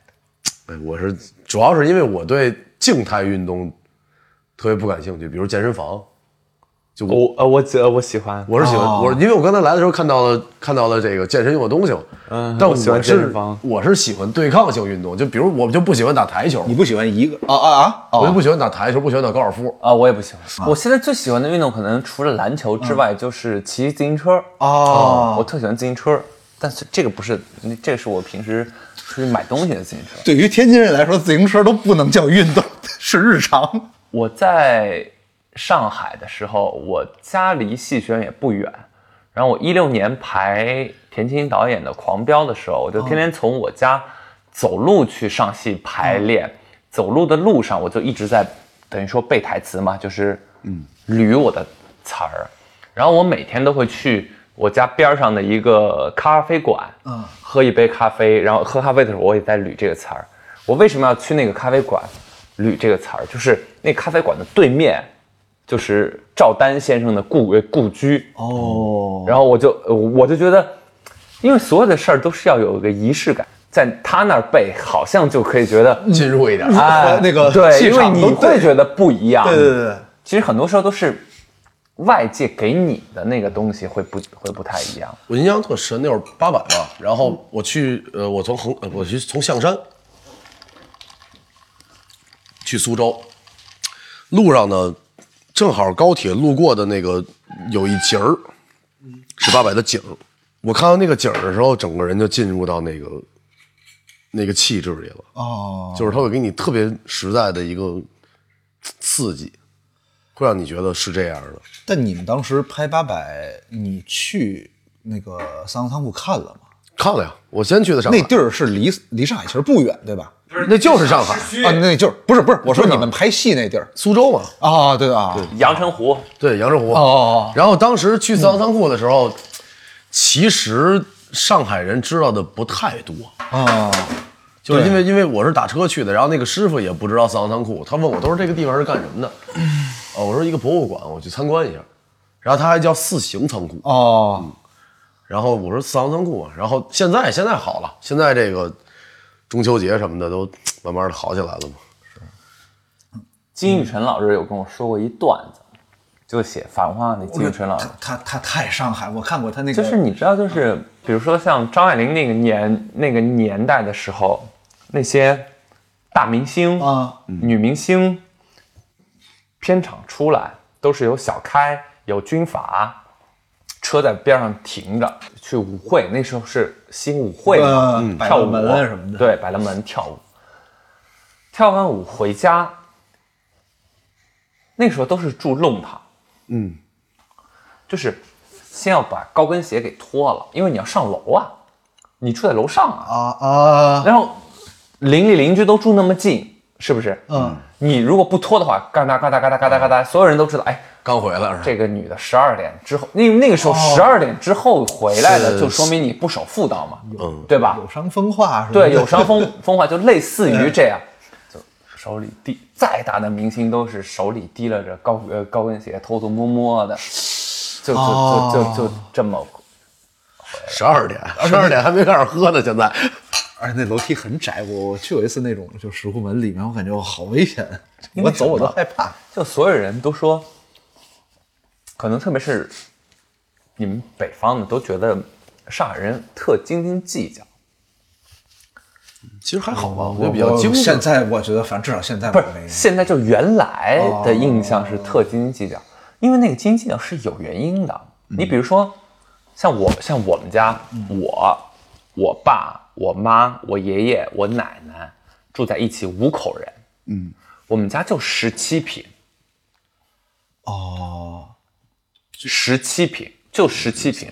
Speaker 1: 哎，我是主要是因为我对静态运动特别不感兴趣，比如健身房。就我
Speaker 5: 我呃我喜呃我喜欢，
Speaker 1: 我是喜欢，
Speaker 2: 哦
Speaker 1: 我是因为我刚才来的时候看到了看到了这个健身用的东西嘛，
Speaker 5: 嗯
Speaker 1: 但
Speaker 5: 我喜欢
Speaker 1: 是
Speaker 5: 健身房
Speaker 1: 我是喜欢对抗性运动，就比如我就不喜欢打台球
Speaker 2: 你，不喜欢一个啊啊啊！
Speaker 1: 我
Speaker 2: 哦，
Speaker 1: 就不喜欢打台球，不喜欢打高尔夫，
Speaker 3: 啊，我也不喜欢。我现在最喜欢的运动可能除了篮球之外，就是骑自行车。
Speaker 2: 哦
Speaker 3: 我特喜欢自行车，但是这个不是，这个是我平时出去买东西的自行车。
Speaker 2: 对于天津人来说，自行车都不能叫运动， *laughs* 是日常。
Speaker 3: 我在上海的时候，我家离戏学院也不远。然后我一六年排田青导演的《狂飙》的时候，我就天天从我家走路去上戏排练。走路的路上，我就一直在等于说背台词嘛，就是嗯捋我的词儿。然后我每天都会去我家边儿上的一个咖啡馆，
Speaker 2: 嗯
Speaker 3: 喝一杯咖啡，然后喝咖啡的时候我也在捋这个词儿。我为什么要去那个咖啡馆捋这个词儿？就是那咖啡馆的对面，就是赵丹先生的故呃故居。
Speaker 2: 哦，
Speaker 3: 然后我就呃我就觉得，因为所有的事儿都是要有一个仪式感，在他那儿背好像就可以觉得。
Speaker 1: 进入一点。
Speaker 3: 哎
Speaker 2: 嗯那个
Speaker 3: 对，
Speaker 2: 气
Speaker 3: 因为
Speaker 2: 场
Speaker 3: 你
Speaker 2: 都对
Speaker 3: 会觉得不一样。
Speaker 2: 对对对，
Speaker 3: 其实很多时候都是外界给你的那个东西会不会不太一样？
Speaker 1: 我印象特深，那会儿八百吧，然后我去，呃，我从横，呃我去从象山去苏州，路上呢，正好高铁路过的那个有一景儿，是八百的景儿。我看到那个景儿的时候，整个人就进入到那个那个气质里了，
Speaker 2: 哦，
Speaker 1: 就是它会给你特别实在的一个刺激，会让你觉得是这样的。
Speaker 2: 但你们当时拍八百，你去那个三个仓库看了吗？
Speaker 1: 看了呀，我先去的上海，
Speaker 2: 那地儿是离离上海其实不远，对吧？
Speaker 1: 那就是上海，
Speaker 2: 啊，那就是不是不是，我说你们拍戏那地儿
Speaker 1: 苏州嘛，
Speaker 2: 啊，对啊，对，
Speaker 3: 阳澄湖
Speaker 1: 对，阳澄湖。
Speaker 2: 哦哦
Speaker 1: 然后当时去四行仓库的时候，其实上海人知道的不太多，
Speaker 2: 哦哦，
Speaker 1: 就是因为因为我是打车去的，然后那个师傅也不知道四行仓库，他问我，他说这个地方是干什么的？
Speaker 2: 嗯
Speaker 1: 哦，我说一个博物馆，我去参观一下。然后他还叫四行仓库，
Speaker 2: 哦，
Speaker 1: 然后我说四行仓库嘛。然后现在现在好了，现在这个中秋节什么的都慢慢的好起来了嘛。
Speaker 3: 金宇澄老师有跟我说过一段子，就写反话那金宇澄老师
Speaker 2: 他，他他太上海，我看过他那个，
Speaker 3: 就是你知道，就是比如说像张爱玲那个年那个年代的时候，那些大明星
Speaker 2: 啊
Speaker 3: 女明星片场出来都是有小开、有军阀，车在边上停着去舞会，那时候是新舞会嘛，
Speaker 2: 嗯
Speaker 3: 跳舞
Speaker 2: 百乐门啊什么的
Speaker 3: 对，百乐门跳舞，跳完舞回家，那时候都是住弄堂，
Speaker 1: 嗯，
Speaker 3: 就是先要把高跟鞋给脱了，因为你要上楼啊，你住在楼上啊，
Speaker 2: 啊啊，
Speaker 3: 然后邻里邻居都住那么近，是不是？
Speaker 2: 嗯，
Speaker 3: 你如果不脱的话，嘎哒嘎哒嘎哒嘎哒嘎哒，所有人都知道，哎，
Speaker 1: 刚回来是吧？
Speaker 3: 这个女的十二点之后，那那个时候
Speaker 2: 哦
Speaker 3: 十二点之后回来的，
Speaker 1: 是
Speaker 3: 就说明你不守妇道嘛，对吧？
Speaker 2: 有伤风化是吧？
Speaker 3: 对，有伤风风化，就类似于这样，就手里提再大的明星都是手里提了着高呃高跟鞋，偷偷摸摸的，就
Speaker 2: 哦
Speaker 3: 就就就就这么。
Speaker 1: 十二点，十二点还没开始喝呢，现在。
Speaker 2: 而且那楼梯很窄，我我去过一次那种就石库门里面，我感觉我好危险，我走我都害怕。
Speaker 3: 就所有人都说，可能特别是你们北方的都觉得上海人特斤斤计较，
Speaker 1: 其实还好吧，嗯我
Speaker 2: 我
Speaker 1: 比较精
Speaker 2: 现
Speaker 1: 神。
Speaker 2: 在我觉得，反正至少现在
Speaker 3: 不是
Speaker 2: 没
Speaker 3: 现在就原来的印象是特斤斤计较，因为那个斤斤计较是有原因的。
Speaker 2: 嗯
Speaker 3: 你比如说，像我像我们家，我我爸、我妈、我爷爷、我奶奶住在一起五口人，
Speaker 2: 嗯，
Speaker 3: 我们家就十七平，
Speaker 2: 哦，
Speaker 3: 十七平就十七平，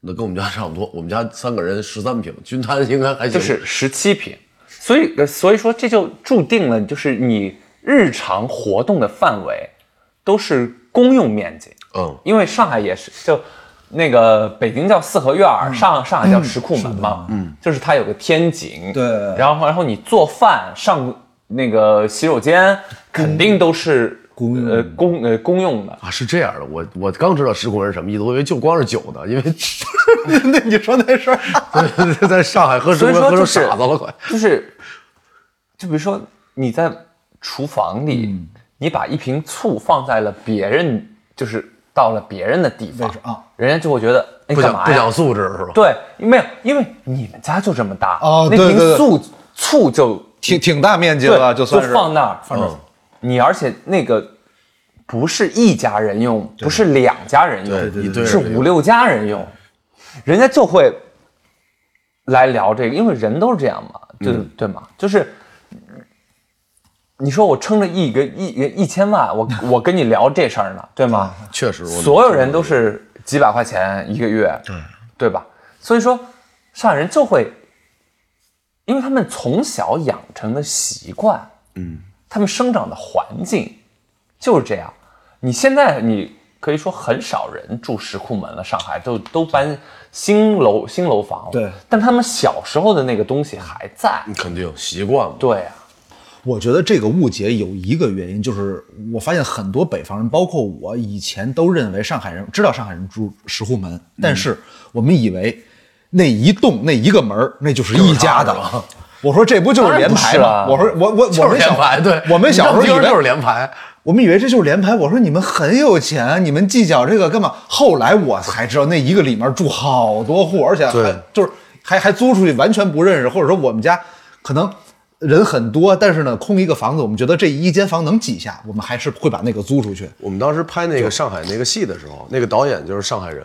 Speaker 1: 那跟我们家差不多，我们家三个人十三平，均摊应该还行。
Speaker 3: 就是十七平，所以呃所以说这就注定了，就是你日常活动的范围都是公用面积，
Speaker 1: 嗯，
Speaker 3: 因为上海也是就那个北京叫四合院
Speaker 2: 嗯
Speaker 3: 儿，上上海叫石库门嘛，嗯，就是它有个天井，
Speaker 2: 对
Speaker 3: 然后然后你做饭上那个洗手间肯定都是
Speaker 2: 公用
Speaker 3: 呃公呃公用的，
Speaker 1: 啊，是这样的，我我刚知道十孔人什么意思，我以为就光是酒呢，因为 *laughs*
Speaker 2: 那你说那事儿，
Speaker 1: 在上海喝十
Speaker 3: 所
Speaker 1: 孔
Speaker 3: 以说
Speaker 1: 人喝
Speaker 3: 就
Speaker 1: 成
Speaker 3: 是
Speaker 1: 傻子了，快。
Speaker 3: 就是，就比如说你在厨房里，
Speaker 2: 嗯
Speaker 3: 你把一瓶醋放在了别人，就是到了别人的地方
Speaker 2: 位置啊，
Speaker 3: 人家就会觉得哎
Speaker 1: 不
Speaker 3: 干
Speaker 1: 讲
Speaker 3: 嘛
Speaker 1: 不
Speaker 3: 呀
Speaker 1: 讲？素质是吧？
Speaker 3: 对，没有，因为你们家就这么大，
Speaker 2: 哦
Speaker 3: 那
Speaker 2: 对对
Speaker 3: 瓶
Speaker 2: 对
Speaker 3: 醋醋就
Speaker 2: 挺挺大面积
Speaker 3: 对
Speaker 2: 了，算是
Speaker 3: 放那儿，
Speaker 2: 放这儿
Speaker 3: 嗯你而且那个。不是一家人用，不是两家人用，
Speaker 1: 对对对对
Speaker 3: 是五六家人用，人家就会来聊这个，因为人都是这样嘛，对、
Speaker 1: 嗯
Speaker 3: 对吗？就是你说我撑着一个一一千万，我我跟你聊这事儿呢，对吗？
Speaker 1: 确实，我
Speaker 3: 所有人都是几百块钱一个月，对对吧？所以说，上海人就会，因为他们从小养成的习惯，
Speaker 1: 嗯，
Speaker 3: 他们生长的环境就是这样。你现在你可以说很少人住石库门了，上海都都搬新楼新楼房了，
Speaker 2: 对
Speaker 3: 但他们小时候的那个东西还在，
Speaker 1: 肯定习惯嘛。
Speaker 3: 对啊，
Speaker 2: 我觉得这个误解有一个原因，就是我发现很多北方人，包括我以前都认为上海人知道上海人住石库门，
Speaker 1: 嗯
Speaker 2: 但是我们以为那一栋那一个门儿那就是一家的
Speaker 1: 就是他是吧。
Speaker 2: 我说这不就是
Speaker 3: 当然
Speaker 2: 联
Speaker 3: 不
Speaker 2: 排
Speaker 3: 是
Speaker 2: 吗？
Speaker 3: 了
Speaker 2: 我说我我我
Speaker 1: 啊就是
Speaker 2: 们
Speaker 1: 联
Speaker 2: 小
Speaker 1: 排，对，
Speaker 2: 我们小时候
Speaker 1: 你知道
Speaker 2: 以
Speaker 1: 这
Speaker 2: 为
Speaker 1: 就是联排，
Speaker 2: 我们以为这就是联排。我说你们很有钱，你们计较这个干嘛？后来我才知道，那一个里面住好多户，而且还
Speaker 1: 对
Speaker 2: 就是还还租出去，完全不认识，或者说我们家可能。人很多，但是呢，空一个房子，我们觉得这一间房能挤下，我们还是会把那个租出去。
Speaker 1: 我们当时拍那个上海那个戏的时候，那个导演就是上海人，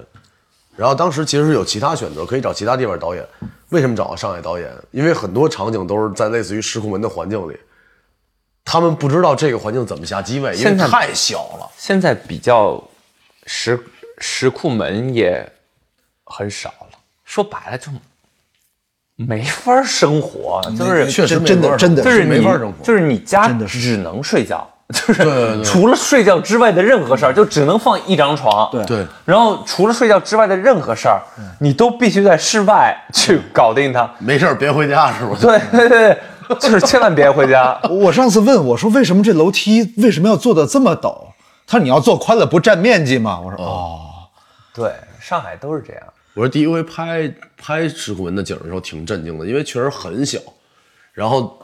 Speaker 1: 然后当时其实有其他选择，可以找其他地方导演。为什么找上海导演？因为很多场景都是在类似于石库门的环境里，他们不知道这个环境怎么下机位，因为
Speaker 5: 现在
Speaker 1: 太小了。
Speaker 5: 现在比较石石库门也很少了，说白了就没法生活，
Speaker 3: 嗯
Speaker 5: 就是
Speaker 1: 确实没
Speaker 2: 真
Speaker 1: 法
Speaker 2: 的
Speaker 1: 儿
Speaker 2: 真的
Speaker 3: 就是
Speaker 1: 没
Speaker 3: 你
Speaker 1: 法儿生活
Speaker 3: 就是你家
Speaker 2: 真的是
Speaker 3: 只能睡觉，就是
Speaker 1: 对对
Speaker 3: 除了睡觉之外的任何事儿，就只能放一张床。对
Speaker 1: 对
Speaker 3: 然后除了睡觉之外的任何事儿，你都必须在室外去搞定它。
Speaker 1: 没事儿别回家是吧？
Speaker 3: 对对对，对就是千万别
Speaker 5: *laughs*
Speaker 3: 回家。
Speaker 2: 我上次问我说，为什么这楼梯为什么要做的这么陡？他说你要做宽了不占面积吗？我说哦，
Speaker 3: 对，上海都是这样。
Speaker 1: 我是第一回拍拍石库门的景儿的时候挺震惊的，因为确实很小，然后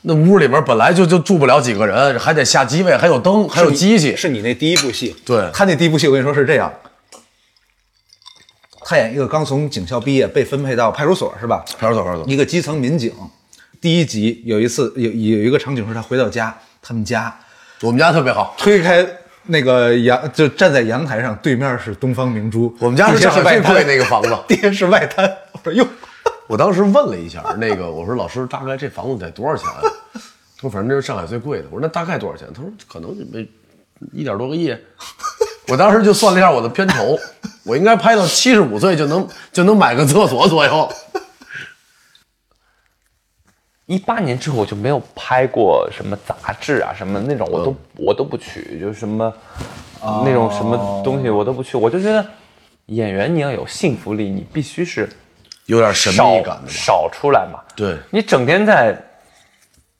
Speaker 1: 那屋里边本来就就住不了几个人，还得下机位，还有灯，还有机器，
Speaker 2: 是你那第一部戏，
Speaker 1: 对
Speaker 2: 他那第一部戏，我跟你说是这样，他演一个刚从警校毕业被分配到派出所是吧？
Speaker 1: 派出所派出所，
Speaker 2: 一个基层民警。第一集有一次有有一个场景是他回到家，他们家
Speaker 1: 我们家特别好，
Speaker 2: 推开那个阳，就站在阳台上，对面是东方明珠，
Speaker 1: 我们家是
Speaker 2: 地下
Speaker 1: 上海最
Speaker 2: 外滩
Speaker 1: 贵那个房子
Speaker 2: *laughs* 地下室外滩。我说哟，
Speaker 1: 我当时问了一下那个，我说老师大概这房子得多少钱、啊？ *laughs* 他说反正这是上海最贵的。我说那大概多少钱？他说可能就没一点多个亿。啊 *laughs* 我当时就算了一下我的片酬， *laughs* 我应该拍到七十五岁就能就能买个厕所左右。
Speaker 5: 一八年之后我就没有拍过什么杂志啊，什么那种我
Speaker 1: 嗯
Speaker 5: 都、我都不去，就是什么、那种什么东西我都不
Speaker 1: 哦
Speaker 5: 去，我就觉得演员你要有幸福力，你必须是
Speaker 1: 有点神
Speaker 5: 少
Speaker 1: 秘感的嘛。
Speaker 5: 少出来嘛。
Speaker 1: 对
Speaker 5: 你整天在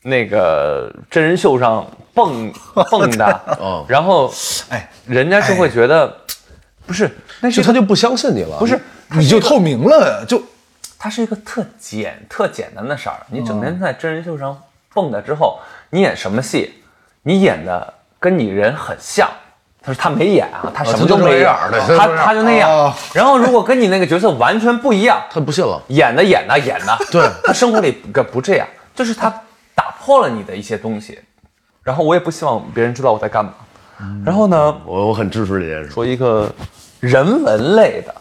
Speaker 5: 那个真人秀上
Speaker 1: *laughs*
Speaker 5: 蹦蹦的
Speaker 1: 哦，
Speaker 5: 然后
Speaker 2: 哎，
Speaker 5: 人家就会觉得不是，那
Speaker 1: 哎就是他就不相信你了，
Speaker 5: 不是
Speaker 2: 你就透明了，就
Speaker 3: 它是一个特简、特简单的事儿。你
Speaker 1: 哦
Speaker 3: 整天在真人秀上蹦跶之后，你演什么戏，你演的跟你人很像。他说他没演啊，他什么都没演，
Speaker 1: 哦
Speaker 3: 啊
Speaker 1: 他就这样对
Speaker 3: 他
Speaker 1: 他就这样
Speaker 3: 他就那样
Speaker 2: 哦。
Speaker 3: *laughs* 然后如果跟你那个角色完全不一样，
Speaker 1: 他不信了。
Speaker 3: 演的演的演的，
Speaker 1: 对
Speaker 3: *laughs* 他生活里不不这样，就是他打破了你的一些东西。
Speaker 5: 然后我也不希望别人知道我在干嘛。
Speaker 1: 嗯
Speaker 5: 然后呢，
Speaker 1: 我我很支持这件事。
Speaker 5: 说一个
Speaker 3: 人文类的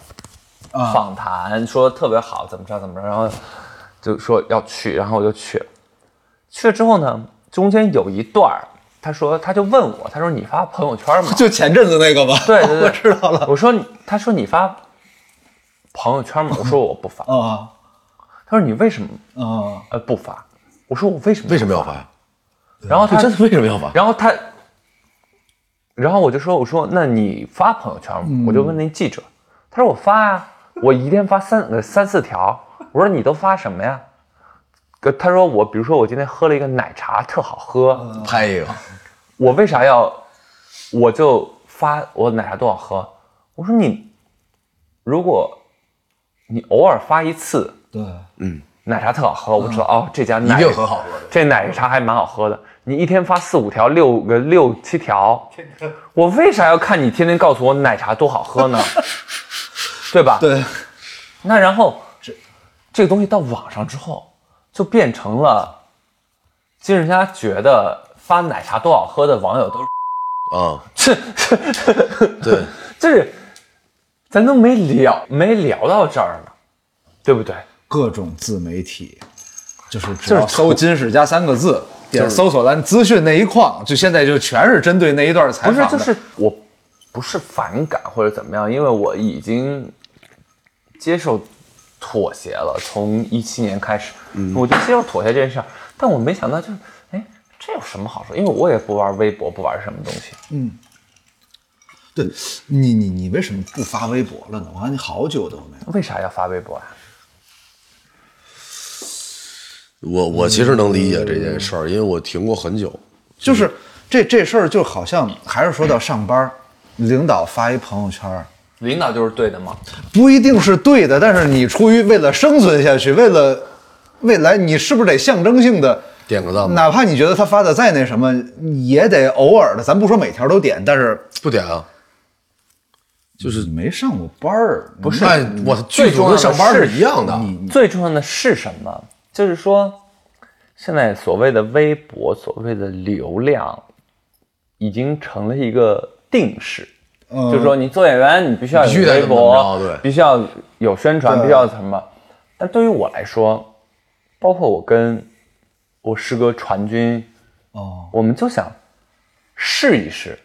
Speaker 2: 啊
Speaker 3: 访谈，说特别好，怎么着怎么着，然后就说要去，然后我就去了。去了之后呢，中间有一段儿，他说他就问我，他说你发朋友圈吗
Speaker 2: *laughs* ？就前阵子那个吧。
Speaker 3: 对对
Speaker 2: *laughs*
Speaker 3: 对，
Speaker 2: 我知道了。
Speaker 3: 我说你他说你发朋友圈吗？我说我不发。
Speaker 2: 啊
Speaker 3: 他说你为什么
Speaker 2: 啊
Speaker 3: 呃不发？我说我为什么
Speaker 1: 为什么要发？
Speaker 3: 要？然后
Speaker 1: 这
Speaker 3: 他
Speaker 1: 真的为什么要发？
Speaker 3: 然后他，然后我就说，我说那你发朋友圈吗？我就问那记者，他说我发呀、我一天发三呃三四条。我说你都发什么呀？呃他说我比如说我今天喝了一个奶茶，特好喝，
Speaker 1: 拍一个，
Speaker 3: 我为啥要我就发我奶茶多好喝？我说你如果你偶尔发一次
Speaker 2: 对，
Speaker 3: 奶茶特好喝，我知道、哦这家
Speaker 1: 一
Speaker 3: 奶
Speaker 1: 定嗯很好喝的。
Speaker 3: 这奶茶还蛮好喝的。你一天发四五条、六个六七
Speaker 1: *laughs*
Speaker 3: 条，我为啥要看你天天告诉我奶茶多好喝
Speaker 1: *laughs*
Speaker 3: 呢？对吧？。
Speaker 2: 对，
Speaker 3: 那然后这这个东西到网上之后，就变成了金世佳觉得发奶茶多好喝的网友都
Speaker 1: 啊、 *laughs*
Speaker 3: 是，
Speaker 1: 对，
Speaker 3: 就是咱都没聊没聊到这儿呢，对不对？
Speaker 2: 各种自媒体，就是只
Speaker 3: 就是
Speaker 2: 要搜“金史家”三个字，点搜索栏资讯那一框，就现在就全是针对那一段采
Speaker 3: 不
Speaker 2: 访
Speaker 3: 是
Speaker 2: 的，，
Speaker 3: 就是我不是反感或者怎么样，因为我已经接受妥协了。从一七年开始，我就接受妥协这件事儿。但我没想到，就是哎，这有什么好说？因为我也不玩微博，不玩什么东西。
Speaker 2: 对你你你为什么不发微博了呢？我看你好久都没有。
Speaker 3: 为啥要发微博啊呀、
Speaker 1: 我我其实能理解这件事儿，因为我停过很久。
Speaker 2: 就是嗯这这事儿，就好像还是说到上班儿，领导发一朋友圈儿，
Speaker 3: 领导就是对的吗？
Speaker 2: 不一定是对的，但是你出于为了生存下去，为了未来，你是不是得象征性的
Speaker 1: 点个赞吧，
Speaker 2: 哪怕你觉得他发的再那什么，也得偶尔的，咱不说每条都点，但是
Speaker 1: 不点啊？
Speaker 2: 就是你没上过班儿，不
Speaker 1: 那我剧组跟上班是一样的，
Speaker 3: 最重要的是什么？就是说，现在所谓的微博，所谓的流量，已经成了一个定式。
Speaker 2: 嗯
Speaker 3: 就是说，你做演员，你必须要
Speaker 1: 必须
Speaker 3: 有
Speaker 1: 得
Speaker 3: 微
Speaker 1: 怎么
Speaker 3: 博，
Speaker 1: 着对
Speaker 3: 必须要有宣传，
Speaker 2: 对
Speaker 3: 必须要什么。但对于我来说，包括我跟我师哥传军，
Speaker 2: 哦，
Speaker 3: 我们就想试一试。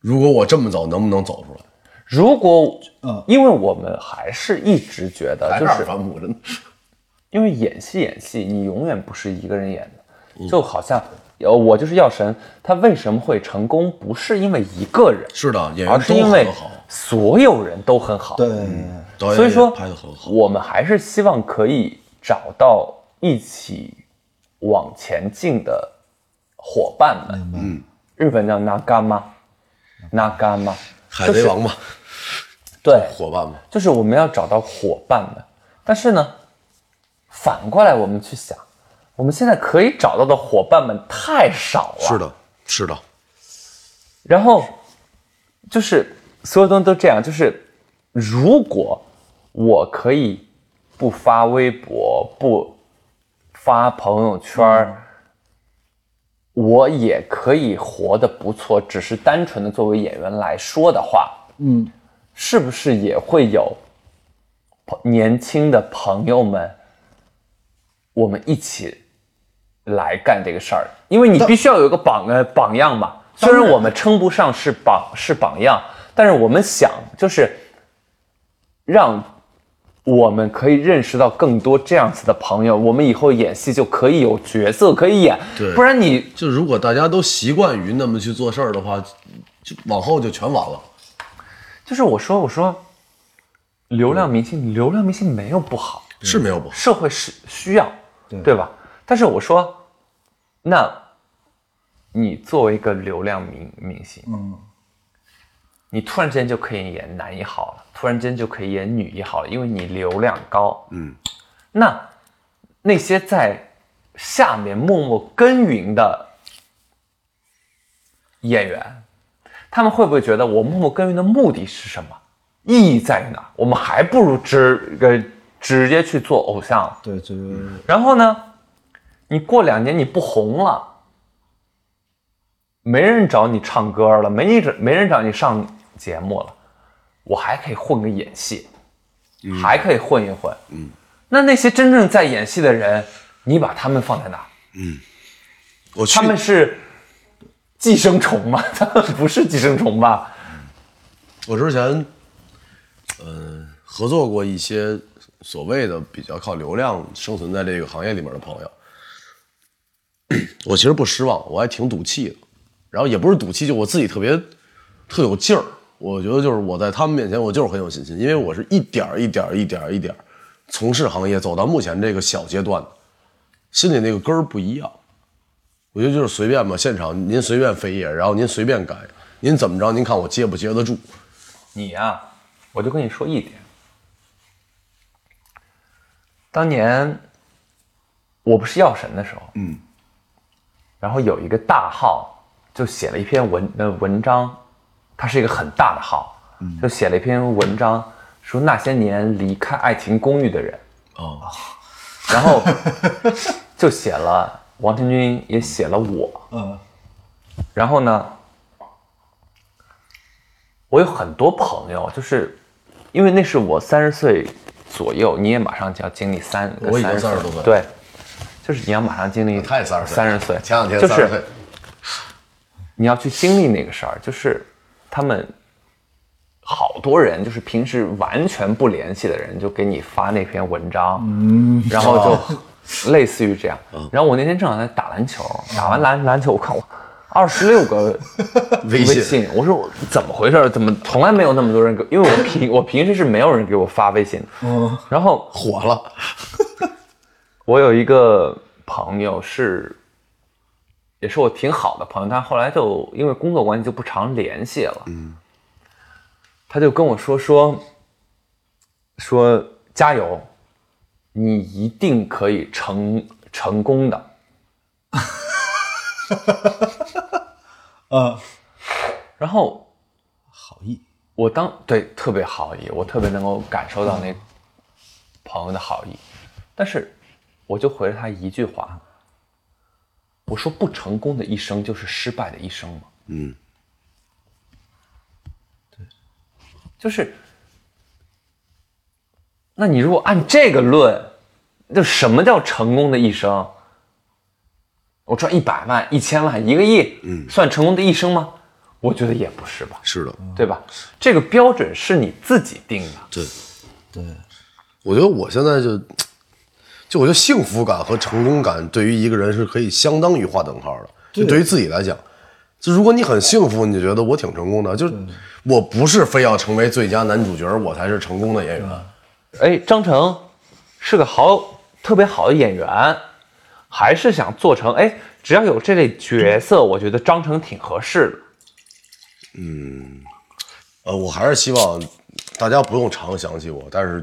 Speaker 1: 如果我这么走，能不能走出来？
Speaker 3: 如果，
Speaker 2: 嗯
Speaker 3: 因为我们还是一直觉得，
Speaker 1: 还
Speaker 3: 就是是
Speaker 1: 反哺真的。
Speaker 3: 因为演戏演戏，你永远不是一个人演
Speaker 1: 嗯
Speaker 3: 的，就好像呃，我就是药神，他为什么会成功？不是因为一个人，
Speaker 1: 是的，演员
Speaker 3: 而
Speaker 1: 都
Speaker 3: 是因为
Speaker 1: 很好，
Speaker 3: 所有人都很好。
Speaker 2: 对，嗯
Speaker 1: 导演
Speaker 3: 所以说
Speaker 1: 也拍的很好。
Speaker 3: 我们还是希望可以找到一起往前进的伙伴们。嗯，日本叫 nagama nagama，
Speaker 1: 海贼王嘛，
Speaker 3: 对，
Speaker 1: 伙伴嘛，
Speaker 3: 就是我们要找到伙伴们。但是呢，反过来我们去想，我们现在可以找到的伙伴们太少了。
Speaker 1: 是。的，是的，
Speaker 3: 然后就是所有东西都这样，就是如果我可以不发微博，不发朋友圈儿。我也可以活得不错，只是单纯的作为演员来说的话，
Speaker 2: 嗯，
Speaker 3: 是不是也会有朋年轻的朋友们，我们一起来干这个事儿？因为你必须要有一个榜呃榜样嘛。虽然我们称不上是榜是榜样，但是我们想就是让我们可以认识到更多这样子的朋友，我们以后演戏就可以有角色可以演
Speaker 1: 对，
Speaker 3: 不然你
Speaker 1: 就如果大家都习惯于那么去做事儿的话，就往后就全完了。
Speaker 3: 就是我说我说，流量明星，流量明星没有不好，
Speaker 1: 是没有不好，
Speaker 3: 社会是需要，
Speaker 2: 对
Speaker 3: 对吧？但是我说，那你作为一个流量明明星，
Speaker 2: 嗯，
Speaker 3: 你突然间就可以演男一号了，突然间就可以演女一号了，因为你流量高。
Speaker 1: 嗯，
Speaker 3: 那那些在下面默默耕耘的演员，他们会不会觉得我默默耕耘的目的是什么？意义在哪？我们还不如直呃直接去做偶像了
Speaker 2: 对对对，
Speaker 3: 然后呢，你过两年你不红了，没人找你唱歌了，没人没人找你上节目了，我还可以混个演戏，还可以混一混。嗯，那那些真正在演戏的人，你把他们放在哪儿？
Speaker 1: 我去
Speaker 3: 他们是寄生虫吗？ *laughs* 他们不是寄生虫吧？
Speaker 1: 我之前，嗯、合作过一些所谓的比较靠流量生存在这个行业里面的朋友，我其实不失望，我还挺赌气的。然后也不是赌气，就我自己特别特有劲儿。我觉得就是我在他们面前，我就是很有信心，因为我是一点儿一点儿一点儿一点儿从事行业走到目前这个小阶段的，心里那个根儿不一样。我觉得就是随便吧，现场您随便飞也，然后您随便改，您怎么着，您看我接不接得住。
Speaker 3: 你呀、我就跟你说一点，当年我不是药神的时候，嗯，然后有一个大号就写了一篇文呃文章，它是一个很大的号，
Speaker 1: 嗯
Speaker 3: 就写了一篇文章说那些年离开爱情公寓的人，
Speaker 1: 哦，
Speaker 3: 然后就写了王晨军，也写了我，
Speaker 2: 嗯，
Speaker 3: 然后呢，我有很多朋友，就是因为那是我三十岁左右，你也马上就要经历三，
Speaker 1: 我已经
Speaker 3: 30
Speaker 1: 30多岁了
Speaker 3: 对，就是你要马上经历，
Speaker 1: 啊太三十岁
Speaker 3: 三
Speaker 1: 了
Speaker 3: 十岁，
Speaker 1: 前两天
Speaker 3: 就
Speaker 1: 三十
Speaker 3: 是
Speaker 1: 岁，
Speaker 3: 你要去经历那个事儿，就是他们好多人，就是平时完全不联系的人，就给你发那篇文章，嗯，然后
Speaker 1: 哦
Speaker 3: 就类似于这样。
Speaker 1: 嗯
Speaker 3: 然后我那天正好在打篮球，打完篮篮球，我
Speaker 1: *laughs*
Speaker 3: 看我二十六个
Speaker 1: 微信
Speaker 3: 信，我说我怎么回事？怎么从来没有那么多人给？因为我平我平时是没有人给我发微信的，
Speaker 1: 哦
Speaker 2: 嗯
Speaker 3: 然后
Speaker 1: 火了，
Speaker 3: 我有一个朋友是，也是我挺好的朋友，但后来就因为工作关系就不常联系了。嗯，他就跟我说说说加油，你一定可以成成功的。
Speaker 2: *laughs* 啊，
Speaker 3: 然后
Speaker 2: 好意，
Speaker 3: 我当对特别好意，我特别能够感受到那朋友的好意，但是我就回了他一句话，我说不成功的一生就是失败的一生嘛。嗯，对，就是，那你如果按这个论，那什么叫成功的一生？我赚一百万、一千万、一个亿，嗯，算成功的一生吗？我觉得也不是吧。
Speaker 1: 是的，
Speaker 3: 对吧？这个标准是你自己定的。
Speaker 1: 对，
Speaker 2: 对，
Speaker 1: 我觉得我现在就，就我觉得幸福感和成功感对于一个人是可以相当于划等号的。就对于自己来讲，就如果你很幸福，你就觉得我挺成功的。就是我不是非要成为最佳男主角，我才是成功的演员。
Speaker 3: 哎，张成是个好特别好的演员，还是想做成哎，只要有这类角色，我觉得张成挺合适的。
Speaker 1: 呃，我还是希望大家不用常想起我，但是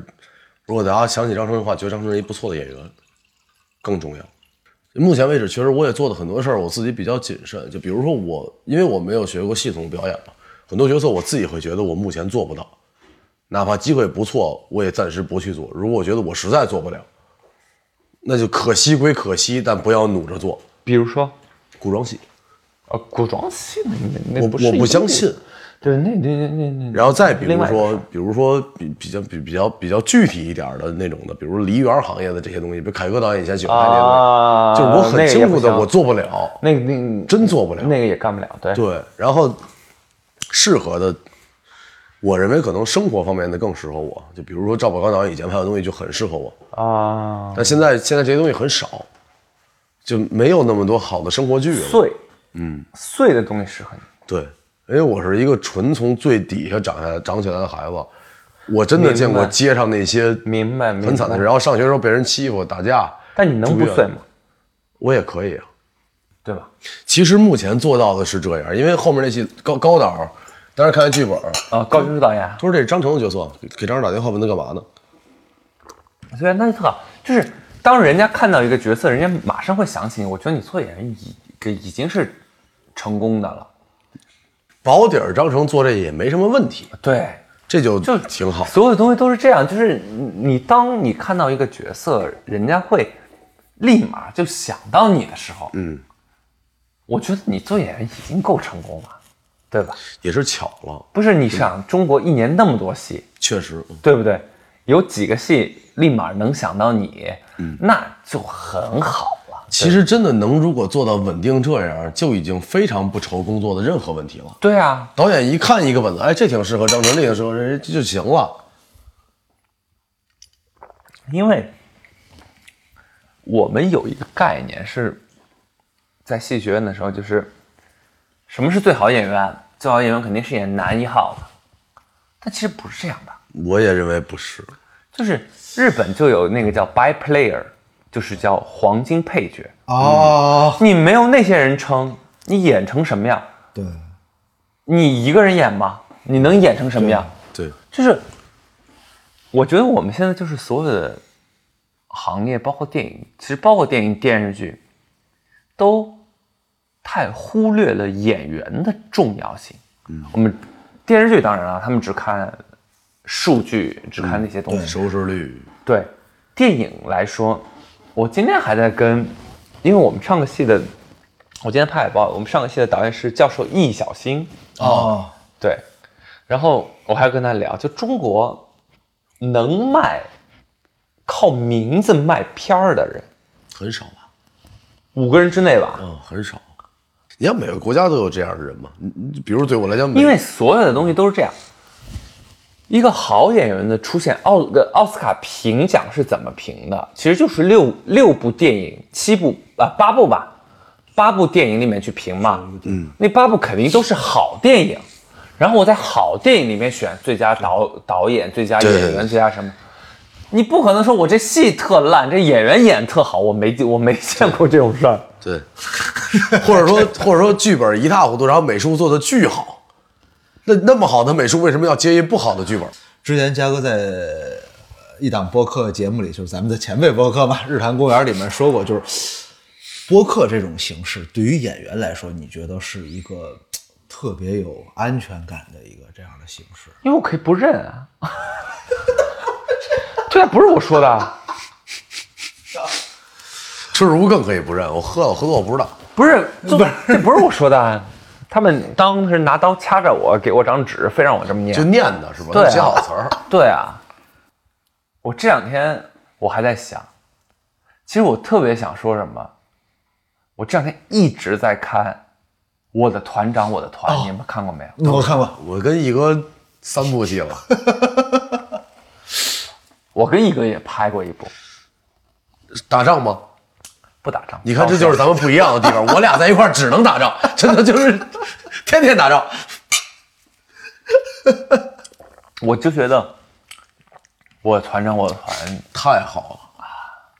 Speaker 1: 如果大家想起张成的话，觉得张成是一不错的演员，更重要。目前为止，确实我也做的很多事儿，我自己比较谨慎。就比如说我，因为我没有学过系统表演嘛，很多角色我自己会觉得我目前做不到，哪怕机会不错，我也暂时不去做。如果我觉得我实在做不了，那就可惜归可惜，但不要努着做。
Speaker 3: 比如说，
Speaker 1: 古装戏，
Speaker 3: 呃，古装戏那那
Speaker 1: 我
Speaker 3: 那不是
Speaker 1: 我
Speaker 3: 一
Speaker 1: 不
Speaker 3: 个
Speaker 1: 相信。
Speaker 3: 对，那那那那那。
Speaker 1: 然后再比
Speaker 3: 另
Speaker 1: 如
Speaker 3: 外一个
Speaker 1: 说，比如说比比较比比较比较具体一点儿的那种的，比如梨园行业的这些东西，比如凯歌导演以前喜欢拍这些东西，
Speaker 3: 啊，
Speaker 1: 就是我很清
Speaker 3: 那个也
Speaker 1: 楚
Speaker 3: 不
Speaker 1: 的，
Speaker 3: 行
Speaker 1: 我做不了，
Speaker 3: 那个那个
Speaker 1: 真做不了。
Speaker 3: 那个也干不了，对，
Speaker 1: 对，然后适合的，我认为可能生活方面的更适合我，就比如说赵宝刚导演以前拍的东西就很适合我，
Speaker 3: 啊，
Speaker 1: 但现在现在这些东西很少，就没有那么多好的生活剧了。
Speaker 3: 碎，嗯，碎的东西适合你。
Speaker 1: 对，因为我是一个纯从最底下长下来、长起来的孩子，我真的见过
Speaker 3: 明白
Speaker 1: 街上那些
Speaker 3: 明白，
Speaker 1: 很惨的事。然后上学时候被人欺负、打架，
Speaker 3: 但你能不
Speaker 1: 住院
Speaker 3: 碎吗？
Speaker 1: 我也可以啊。
Speaker 3: 对吧？
Speaker 1: 其实目前做到的是这样，因为后面那戏高高导，当时看完剧本，
Speaker 3: 啊，高军导演，
Speaker 1: 他说这是张成的角色，给给张成打电话问他干嘛呢？
Speaker 3: 对啊，那就特好。就是当人家看到一个角色，人家马上会想起你。我觉得你做演员已给已经是成功的了。
Speaker 1: 保底儿张成做这也没什么问题，
Speaker 3: 对，
Speaker 1: 这就
Speaker 3: 就
Speaker 1: 挺好。
Speaker 3: 所有东西都是这样，就是你你当你看到一个角色，人家会立马就想到你的时候，
Speaker 1: 嗯，
Speaker 3: 我觉得你做演员已经够成功了，对吧？
Speaker 1: 也是巧了，
Speaker 3: 不是你想中国一年那么多戏，
Speaker 1: 确实，嗯
Speaker 3: 对不对？有几个戏立马能想到你，
Speaker 1: 嗯
Speaker 3: 那就很好了。
Speaker 1: 其实真的能如果做到稳定这样，就已经非常不愁工作的任何问题了。
Speaker 3: 对啊，
Speaker 1: 导演一看一个本子，哎，这挺适合张成，这挺适合人，这就行了。
Speaker 3: 因为我们有一个概念是，在戏学院的时候，就是什么是最好演员？啊最好演员肯定是演男一号的，但其实不是这样的。
Speaker 1: 我也认为不是，
Speaker 3: 就是日本就有那个叫 by player，就是叫黄金配角。
Speaker 2: 哦，
Speaker 3: 你没有那些人撑，你演成什么样？
Speaker 2: 对，
Speaker 3: 你一个人演吗？你能演成什么样？
Speaker 1: 对，
Speaker 3: 就是我觉得我们现在就是所有的行业，包括电影，其实包括电影、电视剧，都太忽略了演员的重要性。嗯，我们电视剧当然了，他们只看数据，只看那些东西。
Speaker 1: 收视率
Speaker 3: 嗯对，电影来说，我今天还在跟，因为我们上个戏的，我今天拍海报，我们上个戏的导演是教授易小星。
Speaker 2: 哦，
Speaker 3: 对，然后我还跟他聊，就中国能卖靠名字卖片儿的人，
Speaker 1: 很少吧？
Speaker 3: 五个人之内吧，
Speaker 1: 嗯，很少。你看每个国家都有这样的人嘛？你你比如对我来讲，美
Speaker 3: 因为所有的东西都是这样。一个好演员的出现，奥个奥斯卡评奖是怎么评的？其实就是六六部电影，七部啊、八部吧，八部电影里面去评嘛。嗯，那八部肯定都是好电影，然后我在好电影里面选最佳导导演、最佳演
Speaker 1: 对对
Speaker 3: 员、最佳什么。你不可能说我这戏特烂，这演员演特好，我没我没见过这种事儿。
Speaker 1: 对， *laughs* 或者说或者说剧本一塌糊涂，然后美术做的巨好，那那么好的美术为什么要接一不好的剧本？
Speaker 2: 之前嘉哥在呃一档播客节目里，就是咱们的前辈播客嘛，《日坛公园》里面说过，就是播客这种形式对于演员来说，你觉得是一个嘖特别有安全感的一个这样的形式？
Speaker 5: 因为我可以不认
Speaker 3: *laughs*
Speaker 5: 啊。对啊，不是我说的啊，
Speaker 1: 春日屋更可以不认，我喝了，我喝多我不知道。
Speaker 5: 不是，这
Speaker 2: 不是
Speaker 5: 这不是我说的啊。他们当时拿刀掐着我，给我张纸，非让我这么念
Speaker 1: 就。念的是吧？
Speaker 5: 对啊
Speaker 1: 写好词儿，
Speaker 5: 对啊，
Speaker 3: 我这两天我还在想，其实我特别想说什么，我这两天一直在看《我的团长我的团》
Speaker 1: 哦
Speaker 3: 你们看过没有？
Speaker 2: 那我看过，
Speaker 1: 我跟一哥三部戏了，
Speaker 3: 我跟一哥也拍过一部，
Speaker 1: 打仗吗？
Speaker 3: 不打仗。
Speaker 1: 你看，这就是咱们不一样的地方。我俩在一块儿只能打仗，真的就是天天打仗。
Speaker 3: 我就觉得，我的团长我的团，
Speaker 1: 太好了。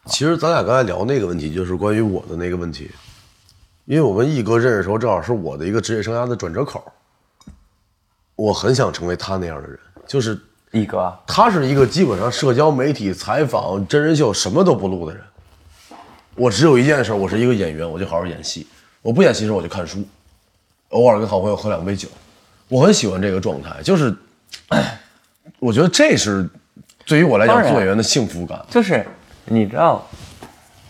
Speaker 1: 其实咱俩刚才聊那个问题，就是关于我的那个问题，因为我跟毅哥认识的时候，正好是我的一个职业生涯的转折口。我很想成为他那样的人，就是
Speaker 3: 一哥啊
Speaker 1: 他是一个基本上社交媒体、采访、真人秀什么都不录的人。我只有一件事，我是一个演员，我就好好演戏。我不演戏的时候我就看书，偶尔跟好朋友喝两杯酒。我很喜欢这个状态，就是， *clears throat* 我觉得这是对于我来讲
Speaker 3: 当然
Speaker 1: 做演员的幸福感。
Speaker 3: 就是你知道，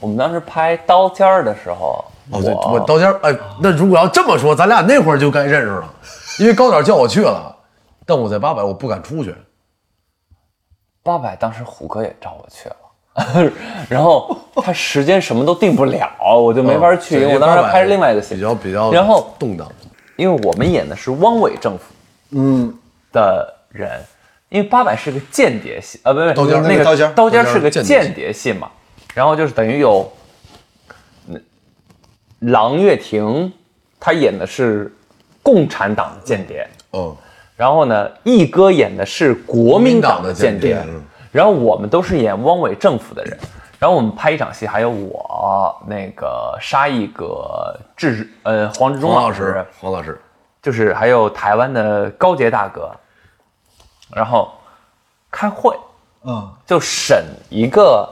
Speaker 3: 我们当时拍《刀尖儿》的时候，
Speaker 1: 哦，对，我刀尖儿哎，那如果要这么说，咱俩那会儿就该认识了，因为高点儿叫我去了，但我在八百我不敢出去，
Speaker 3: 八百当时虎哥也找我去了，然后他时间什么都定不了，我就没法去，
Speaker 1: 嗯
Speaker 3: 因为我当时拍另外一个
Speaker 1: 比
Speaker 3: 戏，
Speaker 1: 较比较
Speaker 3: 然后
Speaker 1: 动荡，
Speaker 3: 因为我们演的是汪伪政府
Speaker 2: 嗯，
Speaker 3: 的人，因为八百是个间谍戏，呃，不是
Speaker 1: 刀尖儿
Speaker 3: 那
Speaker 1: 那
Speaker 3: 个
Speaker 1: 个刀尖儿
Speaker 3: 刀尖儿是个
Speaker 1: 刀尖儿是间谍戏
Speaker 3: 间谍戏嘛，然后就是等于有，嗯，郎月婷，她演的是共产党的间谍，
Speaker 1: 嗯，
Speaker 3: 然后呢，毅哥演的是国民党的间谍
Speaker 1: 国民党的间谍嗯，
Speaker 3: 然后我们都是演汪伪政府的人。然后我们拍一场戏，还有我那个沙溢哥、志呃黄志忠
Speaker 1: 黄
Speaker 3: 老
Speaker 1: 老
Speaker 3: 师，
Speaker 1: 师，黄老师，
Speaker 3: 就是还有台湾的高杰大哥，然后开会
Speaker 2: 啊、
Speaker 3: 就审一个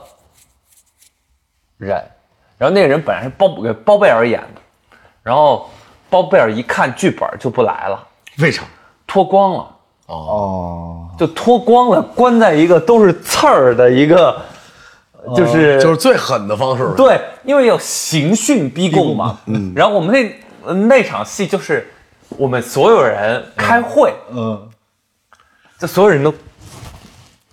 Speaker 3: 人，然后那个人本来是包给包贝尔演的，然后包贝尔一看剧本就不来了，
Speaker 2: 为啥？
Speaker 3: 脱光了。
Speaker 1: 哦，
Speaker 2: 哦，
Speaker 3: 就脱光了，关在一个都是刺儿的一个，就是、
Speaker 1: 就是最狠的方式了，
Speaker 3: 对，因为有刑讯逼供嘛。嗯，然后我们那呃那场戏就是我们所有人开会，
Speaker 2: 嗯，
Speaker 3: 就所有人都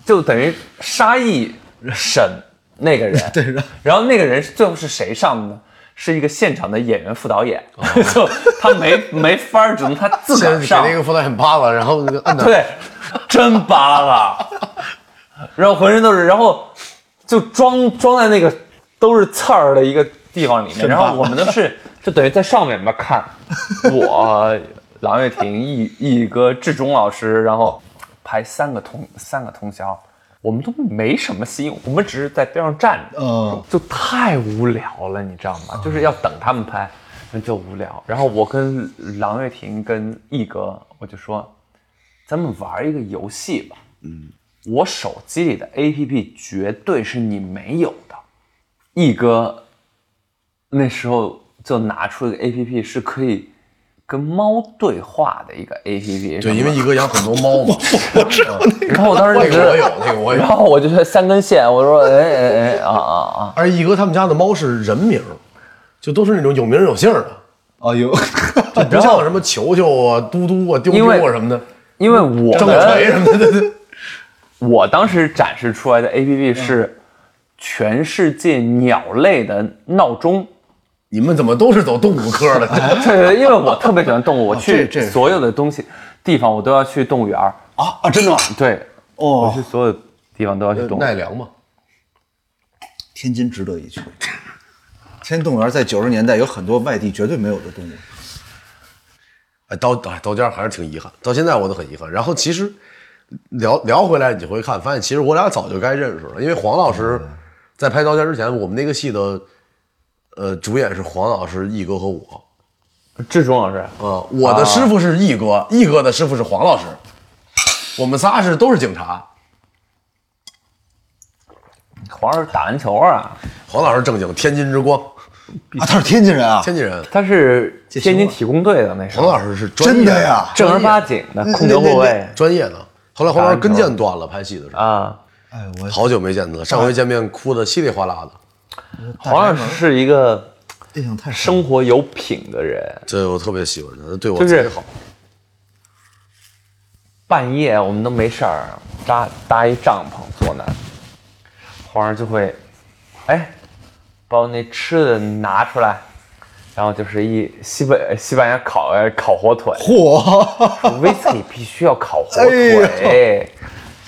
Speaker 3: 就等于沙溢审那个人，
Speaker 2: 对，然后
Speaker 3: 然后那个人是最后是谁上的呢？是一个现场的演员副导演， *laughs* 就他没没法儿，只能他自个
Speaker 1: *laughs*
Speaker 3: 儿
Speaker 1: 先给
Speaker 3: 上。
Speaker 1: 那个副导演扒拉，然后那个摁他，
Speaker 3: 对，真扒拉，然后浑身都是，然后就装装在那个都是刺儿的一个地方里面，然后我们都是就等于在上面嘛看，我郎月婷、一一哥、志忠老师，然后排三个通三个通宵，我们都没什么戏，我们只是在边上站着，
Speaker 2: 嗯
Speaker 3: 就太无聊了，你知道
Speaker 1: 嗯
Speaker 3: 吗？就是要等他们拍，就无聊。然后我跟郎月婷跟毅哥，我就说，咱们玩一个游戏吧。嗯，我手机里的 APP 绝对是你没有的。毅哥那时候就拿出一个 APP，是可以跟猫对话的一个 APP。
Speaker 1: 对，因为一哥养很多猫嘛，
Speaker 3: 然后我当时
Speaker 1: 那
Speaker 3: 就觉
Speaker 1: 个我有
Speaker 3: 得，，
Speaker 1: 那个我
Speaker 3: 然
Speaker 1: 有，
Speaker 3: 后我就说三根线，我说哎哎哎啊啊啊！
Speaker 1: 而且一哥他们家的猫是人名，就都是那种有名有姓的，
Speaker 2: 哦有，
Speaker 1: 就不像什么球球啊、嘟嘟啊、丢丢
Speaker 3: 因为
Speaker 1: 啊什么的，
Speaker 3: 因为我
Speaker 1: 张小锤
Speaker 3: 们
Speaker 1: 什么的对，对对
Speaker 3: 我当时展示出来的
Speaker 2: 嗯
Speaker 3: APP 是全世界鸟类的闹
Speaker 2: *laughs*
Speaker 3: 钟。
Speaker 1: 你们怎么都是走动物科 *laughs* 的？
Speaker 3: 对对，因为我特别喜欢动物，我
Speaker 2: 这
Speaker 3: 去
Speaker 2: 哦这是
Speaker 3: 所有的东西地方我都要去动物园儿。
Speaker 2: *laughs* 啊啊，真的吗？
Speaker 3: 对，我去
Speaker 2: 哦，呃
Speaker 3: 所有地方都要去动物园儿。
Speaker 1: 奈良嘛，
Speaker 2: 天津值得一去。天津动物园在九十年代有很多外地绝对没有的动物，
Speaker 1: 哎，到哎到家还是挺遗憾，到现在我都很遗憾。然后其实聊聊回来，你会看，发现其实我俩早就该认识了，因为黄老师在拍《刀尖》之前，我们那个戏的呃主演是黄老师、毅哥和我。
Speaker 3: 志忠老师，
Speaker 1: 啊，我的师傅是毅哥，毅哥的师傅是黄老师，我们仨是都是警察。
Speaker 3: 黄老师打篮球啊，啊
Speaker 1: 黄老师正经天津之光，
Speaker 2: 啊，他是天津人啊，
Speaker 1: 天津人，
Speaker 3: 他是天津体工队的那时
Speaker 1: 黄
Speaker 3: 候，
Speaker 1: 老师是专
Speaker 2: 真
Speaker 1: 业
Speaker 2: 的呀，
Speaker 3: 正儿八经的控球后卫
Speaker 1: 专业的。后来黄老师跟腱断了，拍戏的时候，
Speaker 3: 啊。
Speaker 2: 哎，我
Speaker 1: 好久没见他了，上回见面哭的稀里哗啦的。
Speaker 3: 黄老师是一个
Speaker 2: 印象太深了。
Speaker 3: 生活有品的人，
Speaker 1: 这我特别喜欢他，他对我
Speaker 3: 就是
Speaker 1: 贼好。
Speaker 3: 半夜我们都没事儿，搭搭一帐篷坐那儿，皇上就会，哎，把我那吃的拿出来，然后就是一西班西班牙烤呃烤火
Speaker 1: *laughs*
Speaker 3: 腿，
Speaker 2: 嚯，
Speaker 3: 威斯里必须要烤火
Speaker 2: 哎
Speaker 3: 腿，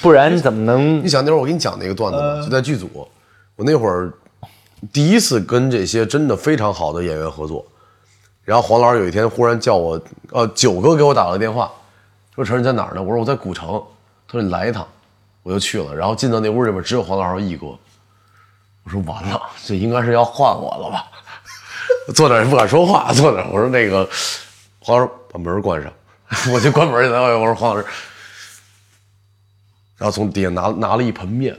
Speaker 3: 不然怎么能
Speaker 1: 你想那会儿我给你讲那个段子吧，就在剧组，我那会儿第一次跟这些真的非常好的演员合作，然后黄老师有一天忽然叫我，呃，九哥给我打了个电话，说陈你在哪儿呢？我说我在古城，他说你来一趟，我就去了，然后进到那屋里边只有黄老师和毅哥，我说完了，这应该是要换我了吧？ *laughs* 坐那儿也不敢说话，坐那儿我说那个黄老师把门关上， *laughs* 我就关门去了，哎我说黄老师。然后从底下拿拿了一盆面，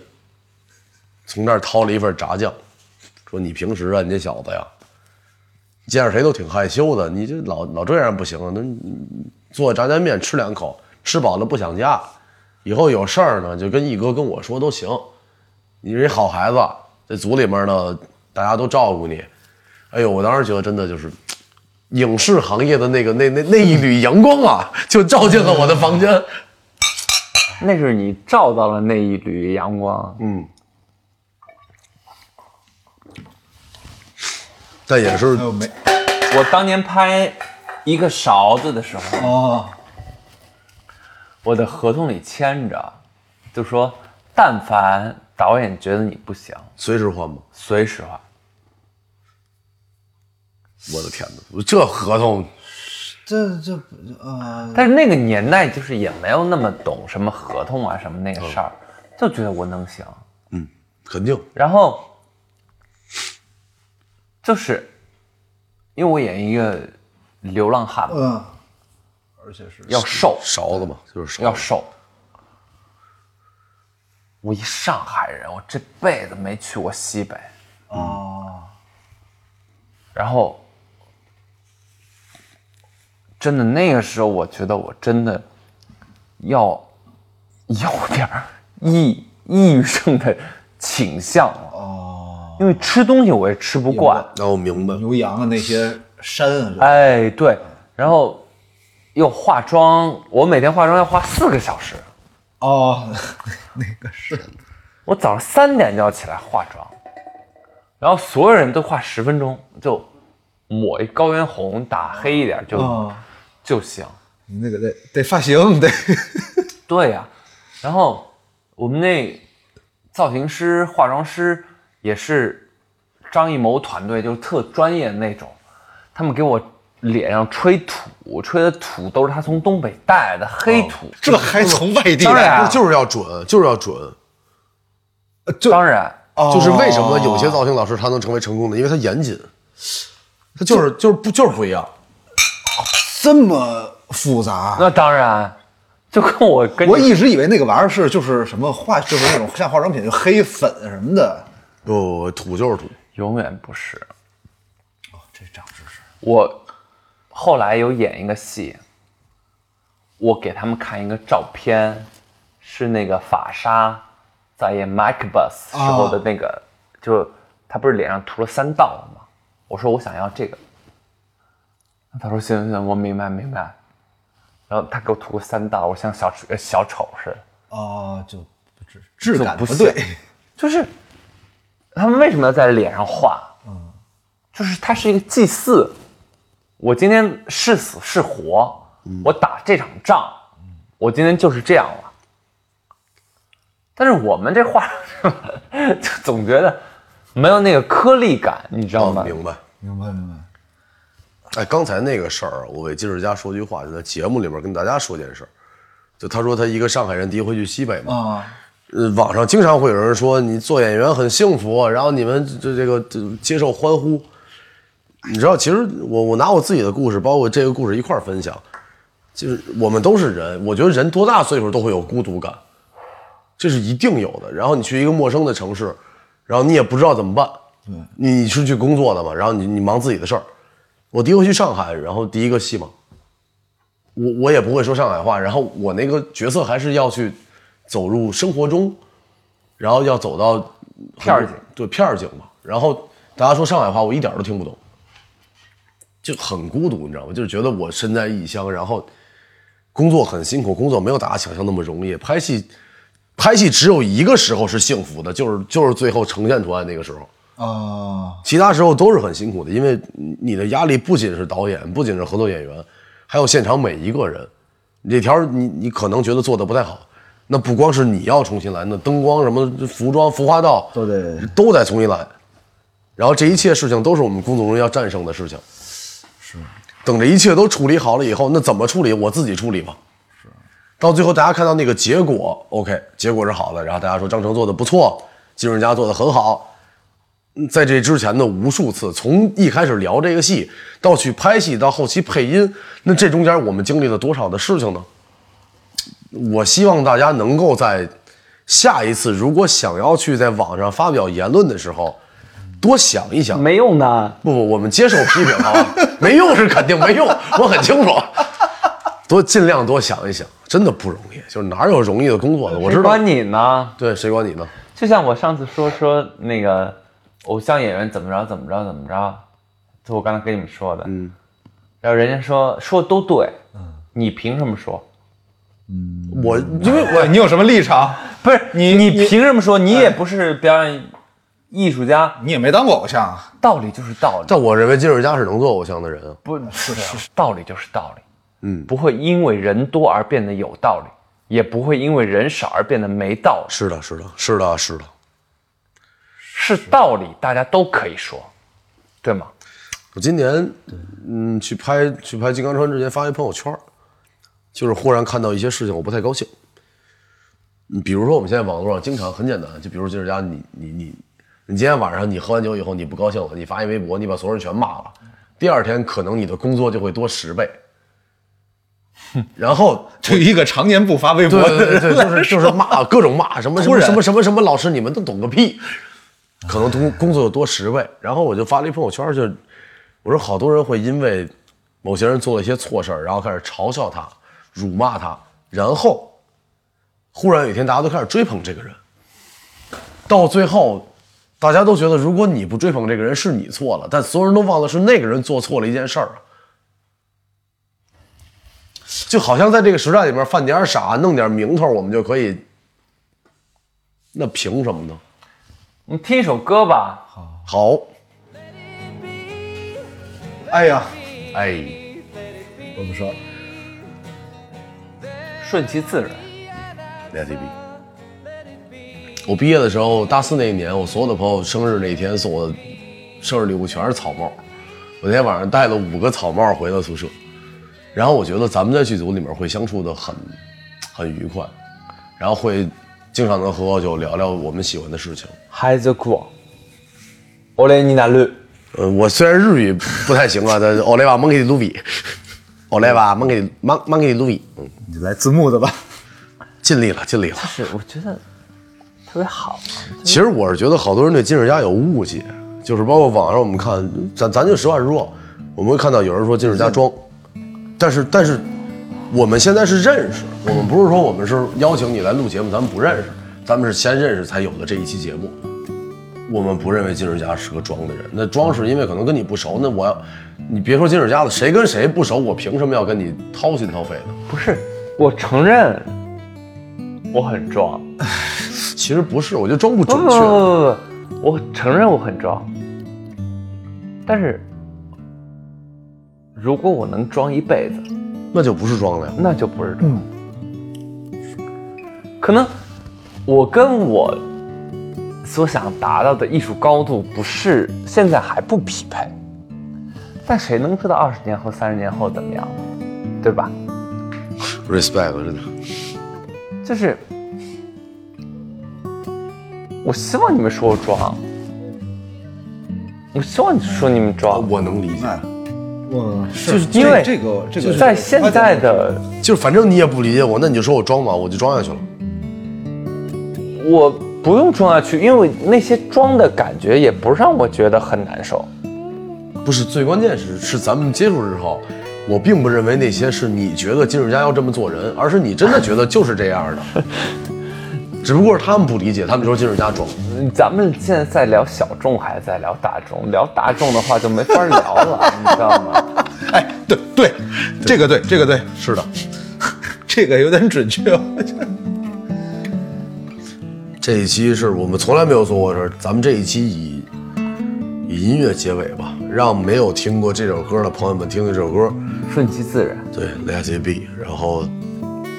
Speaker 1: 从那儿掏了一份炸酱，说：“你平时啊，你这小子呀，见着谁都挺害羞的，你这老老这样不行啊。那你做炸酱面吃两口，吃饱了不想家，以后有事儿呢就跟毅哥跟我说都行。你是一好孩子，这组里面呢大家都照顾你。哎呦，我当时觉得真的就是。”影视行业的那个那那那一缕阳光啊，就照进了我的房间。
Speaker 3: 那是你照到了那一缕阳光，
Speaker 1: 嗯， *laughs* 但也是 *laughs*
Speaker 2: 哎呦 *laughs* 没
Speaker 3: 我当年拍一个勺子的时候，
Speaker 2: 哦，
Speaker 3: 我的合同里签着，就说但凡导演觉得你不行，
Speaker 1: 随时换吗？
Speaker 3: 随时换。
Speaker 1: 我的天哪，这合同
Speaker 2: 这这呃，
Speaker 3: 但是那个年代就是也没有那么懂什么合同啊什么那个事儿，就觉得我能行。
Speaker 1: 肯定
Speaker 3: 然后就是因为我演一个流浪汉嘛，
Speaker 2: 嗯，而且是
Speaker 3: 要瘦
Speaker 1: 勺子嘛，就是勺
Speaker 3: 要
Speaker 1: 子。
Speaker 3: 瘦。我一上海人，我这辈子没去过西北。
Speaker 2: 啊，
Speaker 3: 然后，真的那个时候，我觉得我真的要有点儿抑抑郁症的倾向了。哦，因为吃东西我也吃不惯。
Speaker 1: 那我明白，
Speaker 2: 牛羊啊那些山啊，这
Speaker 3: 哎，对，然后又化妆，我每天化妆要化四个小时，
Speaker 2: 哦，那个是
Speaker 3: 我早上三点就要起来化妆，然后所有人都化十分钟，就抹一高原红，打黑一点就、
Speaker 2: 啊，
Speaker 3: 就行。
Speaker 2: 你那个得得发型得，
Speaker 3: 对呀、然后我们那造型师、化妆师也是张艺谋团队，就是特专业的那种。他们给我脸上吹土，吹的土都是他从东北带来的黑土。
Speaker 2: 这还从外地
Speaker 3: 当
Speaker 2: 来，
Speaker 3: 然啊
Speaker 1: 就是要准，就是要准。
Speaker 2: 这
Speaker 3: 当然，
Speaker 2: 哦
Speaker 1: 就是为什么有些造型老师他能成为成功的，因为他严谨，他就是就是不就是不一样。
Speaker 2: 这么复杂？
Speaker 3: 那当然，就跟我跟
Speaker 2: 我
Speaker 3: 你
Speaker 2: 一直以为那个玩意儿是就是什么化，就是那种像化妆品就黑粉什么的。
Speaker 1: 不、土就是土，
Speaker 3: 永远不是。
Speaker 2: 哦这长知识，
Speaker 3: 我后来有演一个戏，我给他们看一个照片，是那个法沙在演 Macbeth 时候的那个，就他不是脸上涂了三道吗？我说我想要这个，他说行行行，我明白明白。然后他给我涂个三道，我像小丑小丑似的。
Speaker 2: 哦，就质质感
Speaker 3: 就不
Speaker 2: 不
Speaker 3: 是
Speaker 2: 对，
Speaker 3: 就是他们为什么要在脸上画？嗯，就是它是一个祭祀，我今天是死是活，
Speaker 1: 嗯
Speaker 3: 我打这场仗，我今天就是这样了。但是我们这画 *laughs* 就总觉得没有那个颗粒感，你知道
Speaker 1: 哦
Speaker 3: 吗？
Speaker 1: 明白。
Speaker 2: 明白明白。
Speaker 1: 哎，刚才那个事儿啊，我为金世佳说句话，就在节目里面跟大家说件事儿。就他说他一个上海人第一回去西北嘛，
Speaker 2: 啊，
Speaker 1: 呃，网上经常会有人说你做演员很幸福，啊然后你们这这个这接受欢呼。你知道，其实我我拿我自己的故事，包括这个故事一块儿分享，就是我们都是人，我觉得人多大岁数都会有孤独感，这是一定有的。然后你去一个陌生的城市，然后你也不知道怎么办，你你是去工作的嘛，然后你你忙自己的事儿。我第一回去上海，然后第一个戏嘛，我我也不会说上海话，然后我那个角色还是要去走入生活中，然后要走到
Speaker 3: 片儿警，
Speaker 1: 对片儿警嘛。然后大家说上海话，我一点儿都听不懂，就很孤独，你知道吗？就是觉得我身在异乡，然后工作很辛苦，工作没有大家想象那么容易。拍戏，拍戏只有一个时候是幸福的，就是就是最后呈现出来那个时候。
Speaker 2: 啊，
Speaker 1: 其他时候都是很辛苦的，因为你你的压力不仅是导演，不仅是合作演员，还有现场每一个人。哪条你你可能觉得做的不太好，那不光是你要重新来，那灯光什么、服装、服化道
Speaker 2: 都得
Speaker 1: 都得重新来。然后这一切事情都是我们工作中要战胜的事情。是，等这一切都处理好了以后，那怎么处理？我自己处理吧。到最后大家看到那个结果，OK，结果是好的，然后大家说张成做的不错，金润佳做的很好。嗯在这之前的无数次，从一开始聊这个戏，到去拍戏，到后期配音，那这中间我们经历了多少的事情呢？我希望大家能够在下一次，如果想要去在网上发表言论的时候，多想一想。
Speaker 5: 没用的，
Speaker 1: 不不，我们接受批评，
Speaker 3: *laughs*
Speaker 1: 好吧？没用是肯定没用，我很清楚。多尽量多想一想，真的不容易，就是哪有容易的工作的？我知
Speaker 3: 谁
Speaker 1: 道
Speaker 3: 管，你呢？
Speaker 1: 对，谁管你呢？
Speaker 3: 就像我上次说说那个偶像演员怎么着怎么着怎么着，就我刚才跟你们说的，嗯，然后人家说说都对，嗯，你凭什么说？
Speaker 1: 我
Speaker 2: *laughs*
Speaker 1: 因为我
Speaker 2: 对你有什么立场？
Speaker 3: 不是你你嗯凭什么说？你也不是表演艺术家，
Speaker 2: 你也没当过偶像啊，
Speaker 3: 道理就是道理，
Speaker 1: 但我认为金世佳是能做偶像的人啊。
Speaker 3: 不是是道理就是道理，
Speaker 1: 嗯
Speaker 3: 不会因为人多而变得有道理，也不会因为人少而变得没道理，
Speaker 1: 是的，是的，是的，是的。
Speaker 3: 是道理，大家都可以说，对吗？
Speaker 1: 我今年嗯去拍去拍《金刚川》之前发一朋友圈儿，就是忽然看到一些事情，我不太高兴。嗯比如说我们现在网络上经常很简单，就比如就是家你你你你今天晚上你喝完酒以后你不高兴了，你发一微博，你把所有人全骂了，第二天可能你的工作就会多十倍。 *laughs* 然后 *laughs*
Speaker 2: 对于一个常年不发微博的人，
Speaker 1: 对对对，就是就是骂各种骂什么什
Speaker 2: 突
Speaker 1: 么
Speaker 2: 然
Speaker 1: 什么什么什么老师，你们都懂个屁，可能工工作有多十倍。然后我就发了一朋友圈，就是我说好多人会因为某些人做了一些错事儿，然后开始嘲笑他、辱骂他，然后忽然有一天大家都开始追捧这个人，到最后。大家都觉得，如果你不追捧这个人是你错了，但所有人都忘了是那个人做错了一件事儿啊。就好像在这个时代里面犯点傻，弄点名头，我们就可以。那凭什么呢？
Speaker 3: 我们听一首歌吧，
Speaker 1: 好，
Speaker 2: *laughs* 哎呀，
Speaker 1: 哎，
Speaker 2: 我不说，
Speaker 3: 顺其自然。
Speaker 1: 那 T B。我毕业的时候，大四那一年，我所有的朋友生日那一天送我的生日礼物全是草帽。我那天晚上戴了五个草帽回到宿舍，然后我觉得咱们在剧组里面会相处的很很愉快，然后会经常能喝喝酒，聊聊我们喜欢的事情。
Speaker 5: 孩子哭，我来你那路，
Speaker 1: 呃，我虽然日语不太行啊，但是 o l e v a monkey l u *laughs* i o l e v a monkey mon monkey l u i 嗯，
Speaker 2: 你来字幕的吧？
Speaker 1: 尽力了，尽力了。
Speaker 3: 是，我觉得特别好。
Speaker 1: 其实我是觉得好多人对金世佳有误解，就是包括网上我们看，咱咱就实话实说，我们会看到有人说金世佳装，但是但是我们现在是认识，我们不是说我们是邀请你来录节目，咱们不认识，咱们是先认识才有的这一期节目。我们不认为金世佳是个装的人，那装是因为可能跟你不熟，那我要，你别说金世佳了，谁跟谁不熟，我凭什么要跟你掏心掏肺呢？
Speaker 3: 不是，我承认我很装，
Speaker 1: 其实不是，我觉得装不
Speaker 3: 不
Speaker 1: 准
Speaker 3: 不不
Speaker 1: 确。
Speaker 3: 不不，我承认我很装，但是如果我能装一辈子，
Speaker 1: 那就不是装了呀。
Speaker 3: 那就不是装。可能我跟我所想达到的艺术高度不是现在还不匹配，但谁能知道二十年后、三十年后怎么样，对吧？
Speaker 1: respect 真的，
Speaker 3: 就是我希望你们说我装，我希望说你们装。
Speaker 1: 我能理解。
Speaker 2: 哎我
Speaker 3: 就是是因为
Speaker 2: 这这个这个
Speaker 3: 在现在的
Speaker 1: 就是反正你也不理解我，那你就说我装吧，我就装下去了。
Speaker 3: 我不用装下去，因为那些装的感觉也不让我觉得很难受。
Speaker 1: 不是，最关键是是咱们接触之后，我并不认为那些是你觉得金世佳要这么做人，而是你真的觉得就是这样的。只不过是他们不理解，他们说金世佳装。
Speaker 3: 嗯咱们现在在聊小众，还是在聊大众？聊大众的话就没法聊了，你知道吗？
Speaker 2: 哎，对对，这个对，这个对，
Speaker 1: 是的，
Speaker 2: *laughs* 这个有点准确 *laughs* 哦。
Speaker 1: 这一期是我们从来没有做过的事儿，咱们这一期以以音乐结尾吧，让没有听过这首歌的朋友们听听这首歌。
Speaker 3: 顺其自然。
Speaker 1: 对，Let It Be，然后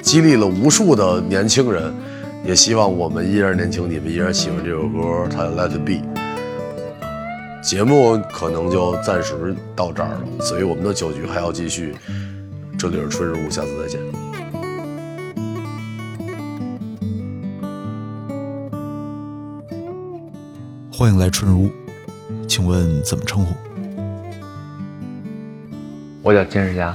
Speaker 1: 激励了无数的年轻人，也希望我们依然年轻，你们依然喜欢这首歌，它叫 Let It Be。节目可能就暂时到这儿了，所以我们的酒局还要继续。这里是春日屋，下次再见。
Speaker 6: 欢迎来春日屋，请问怎么称呼？
Speaker 3: 我叫金世佳。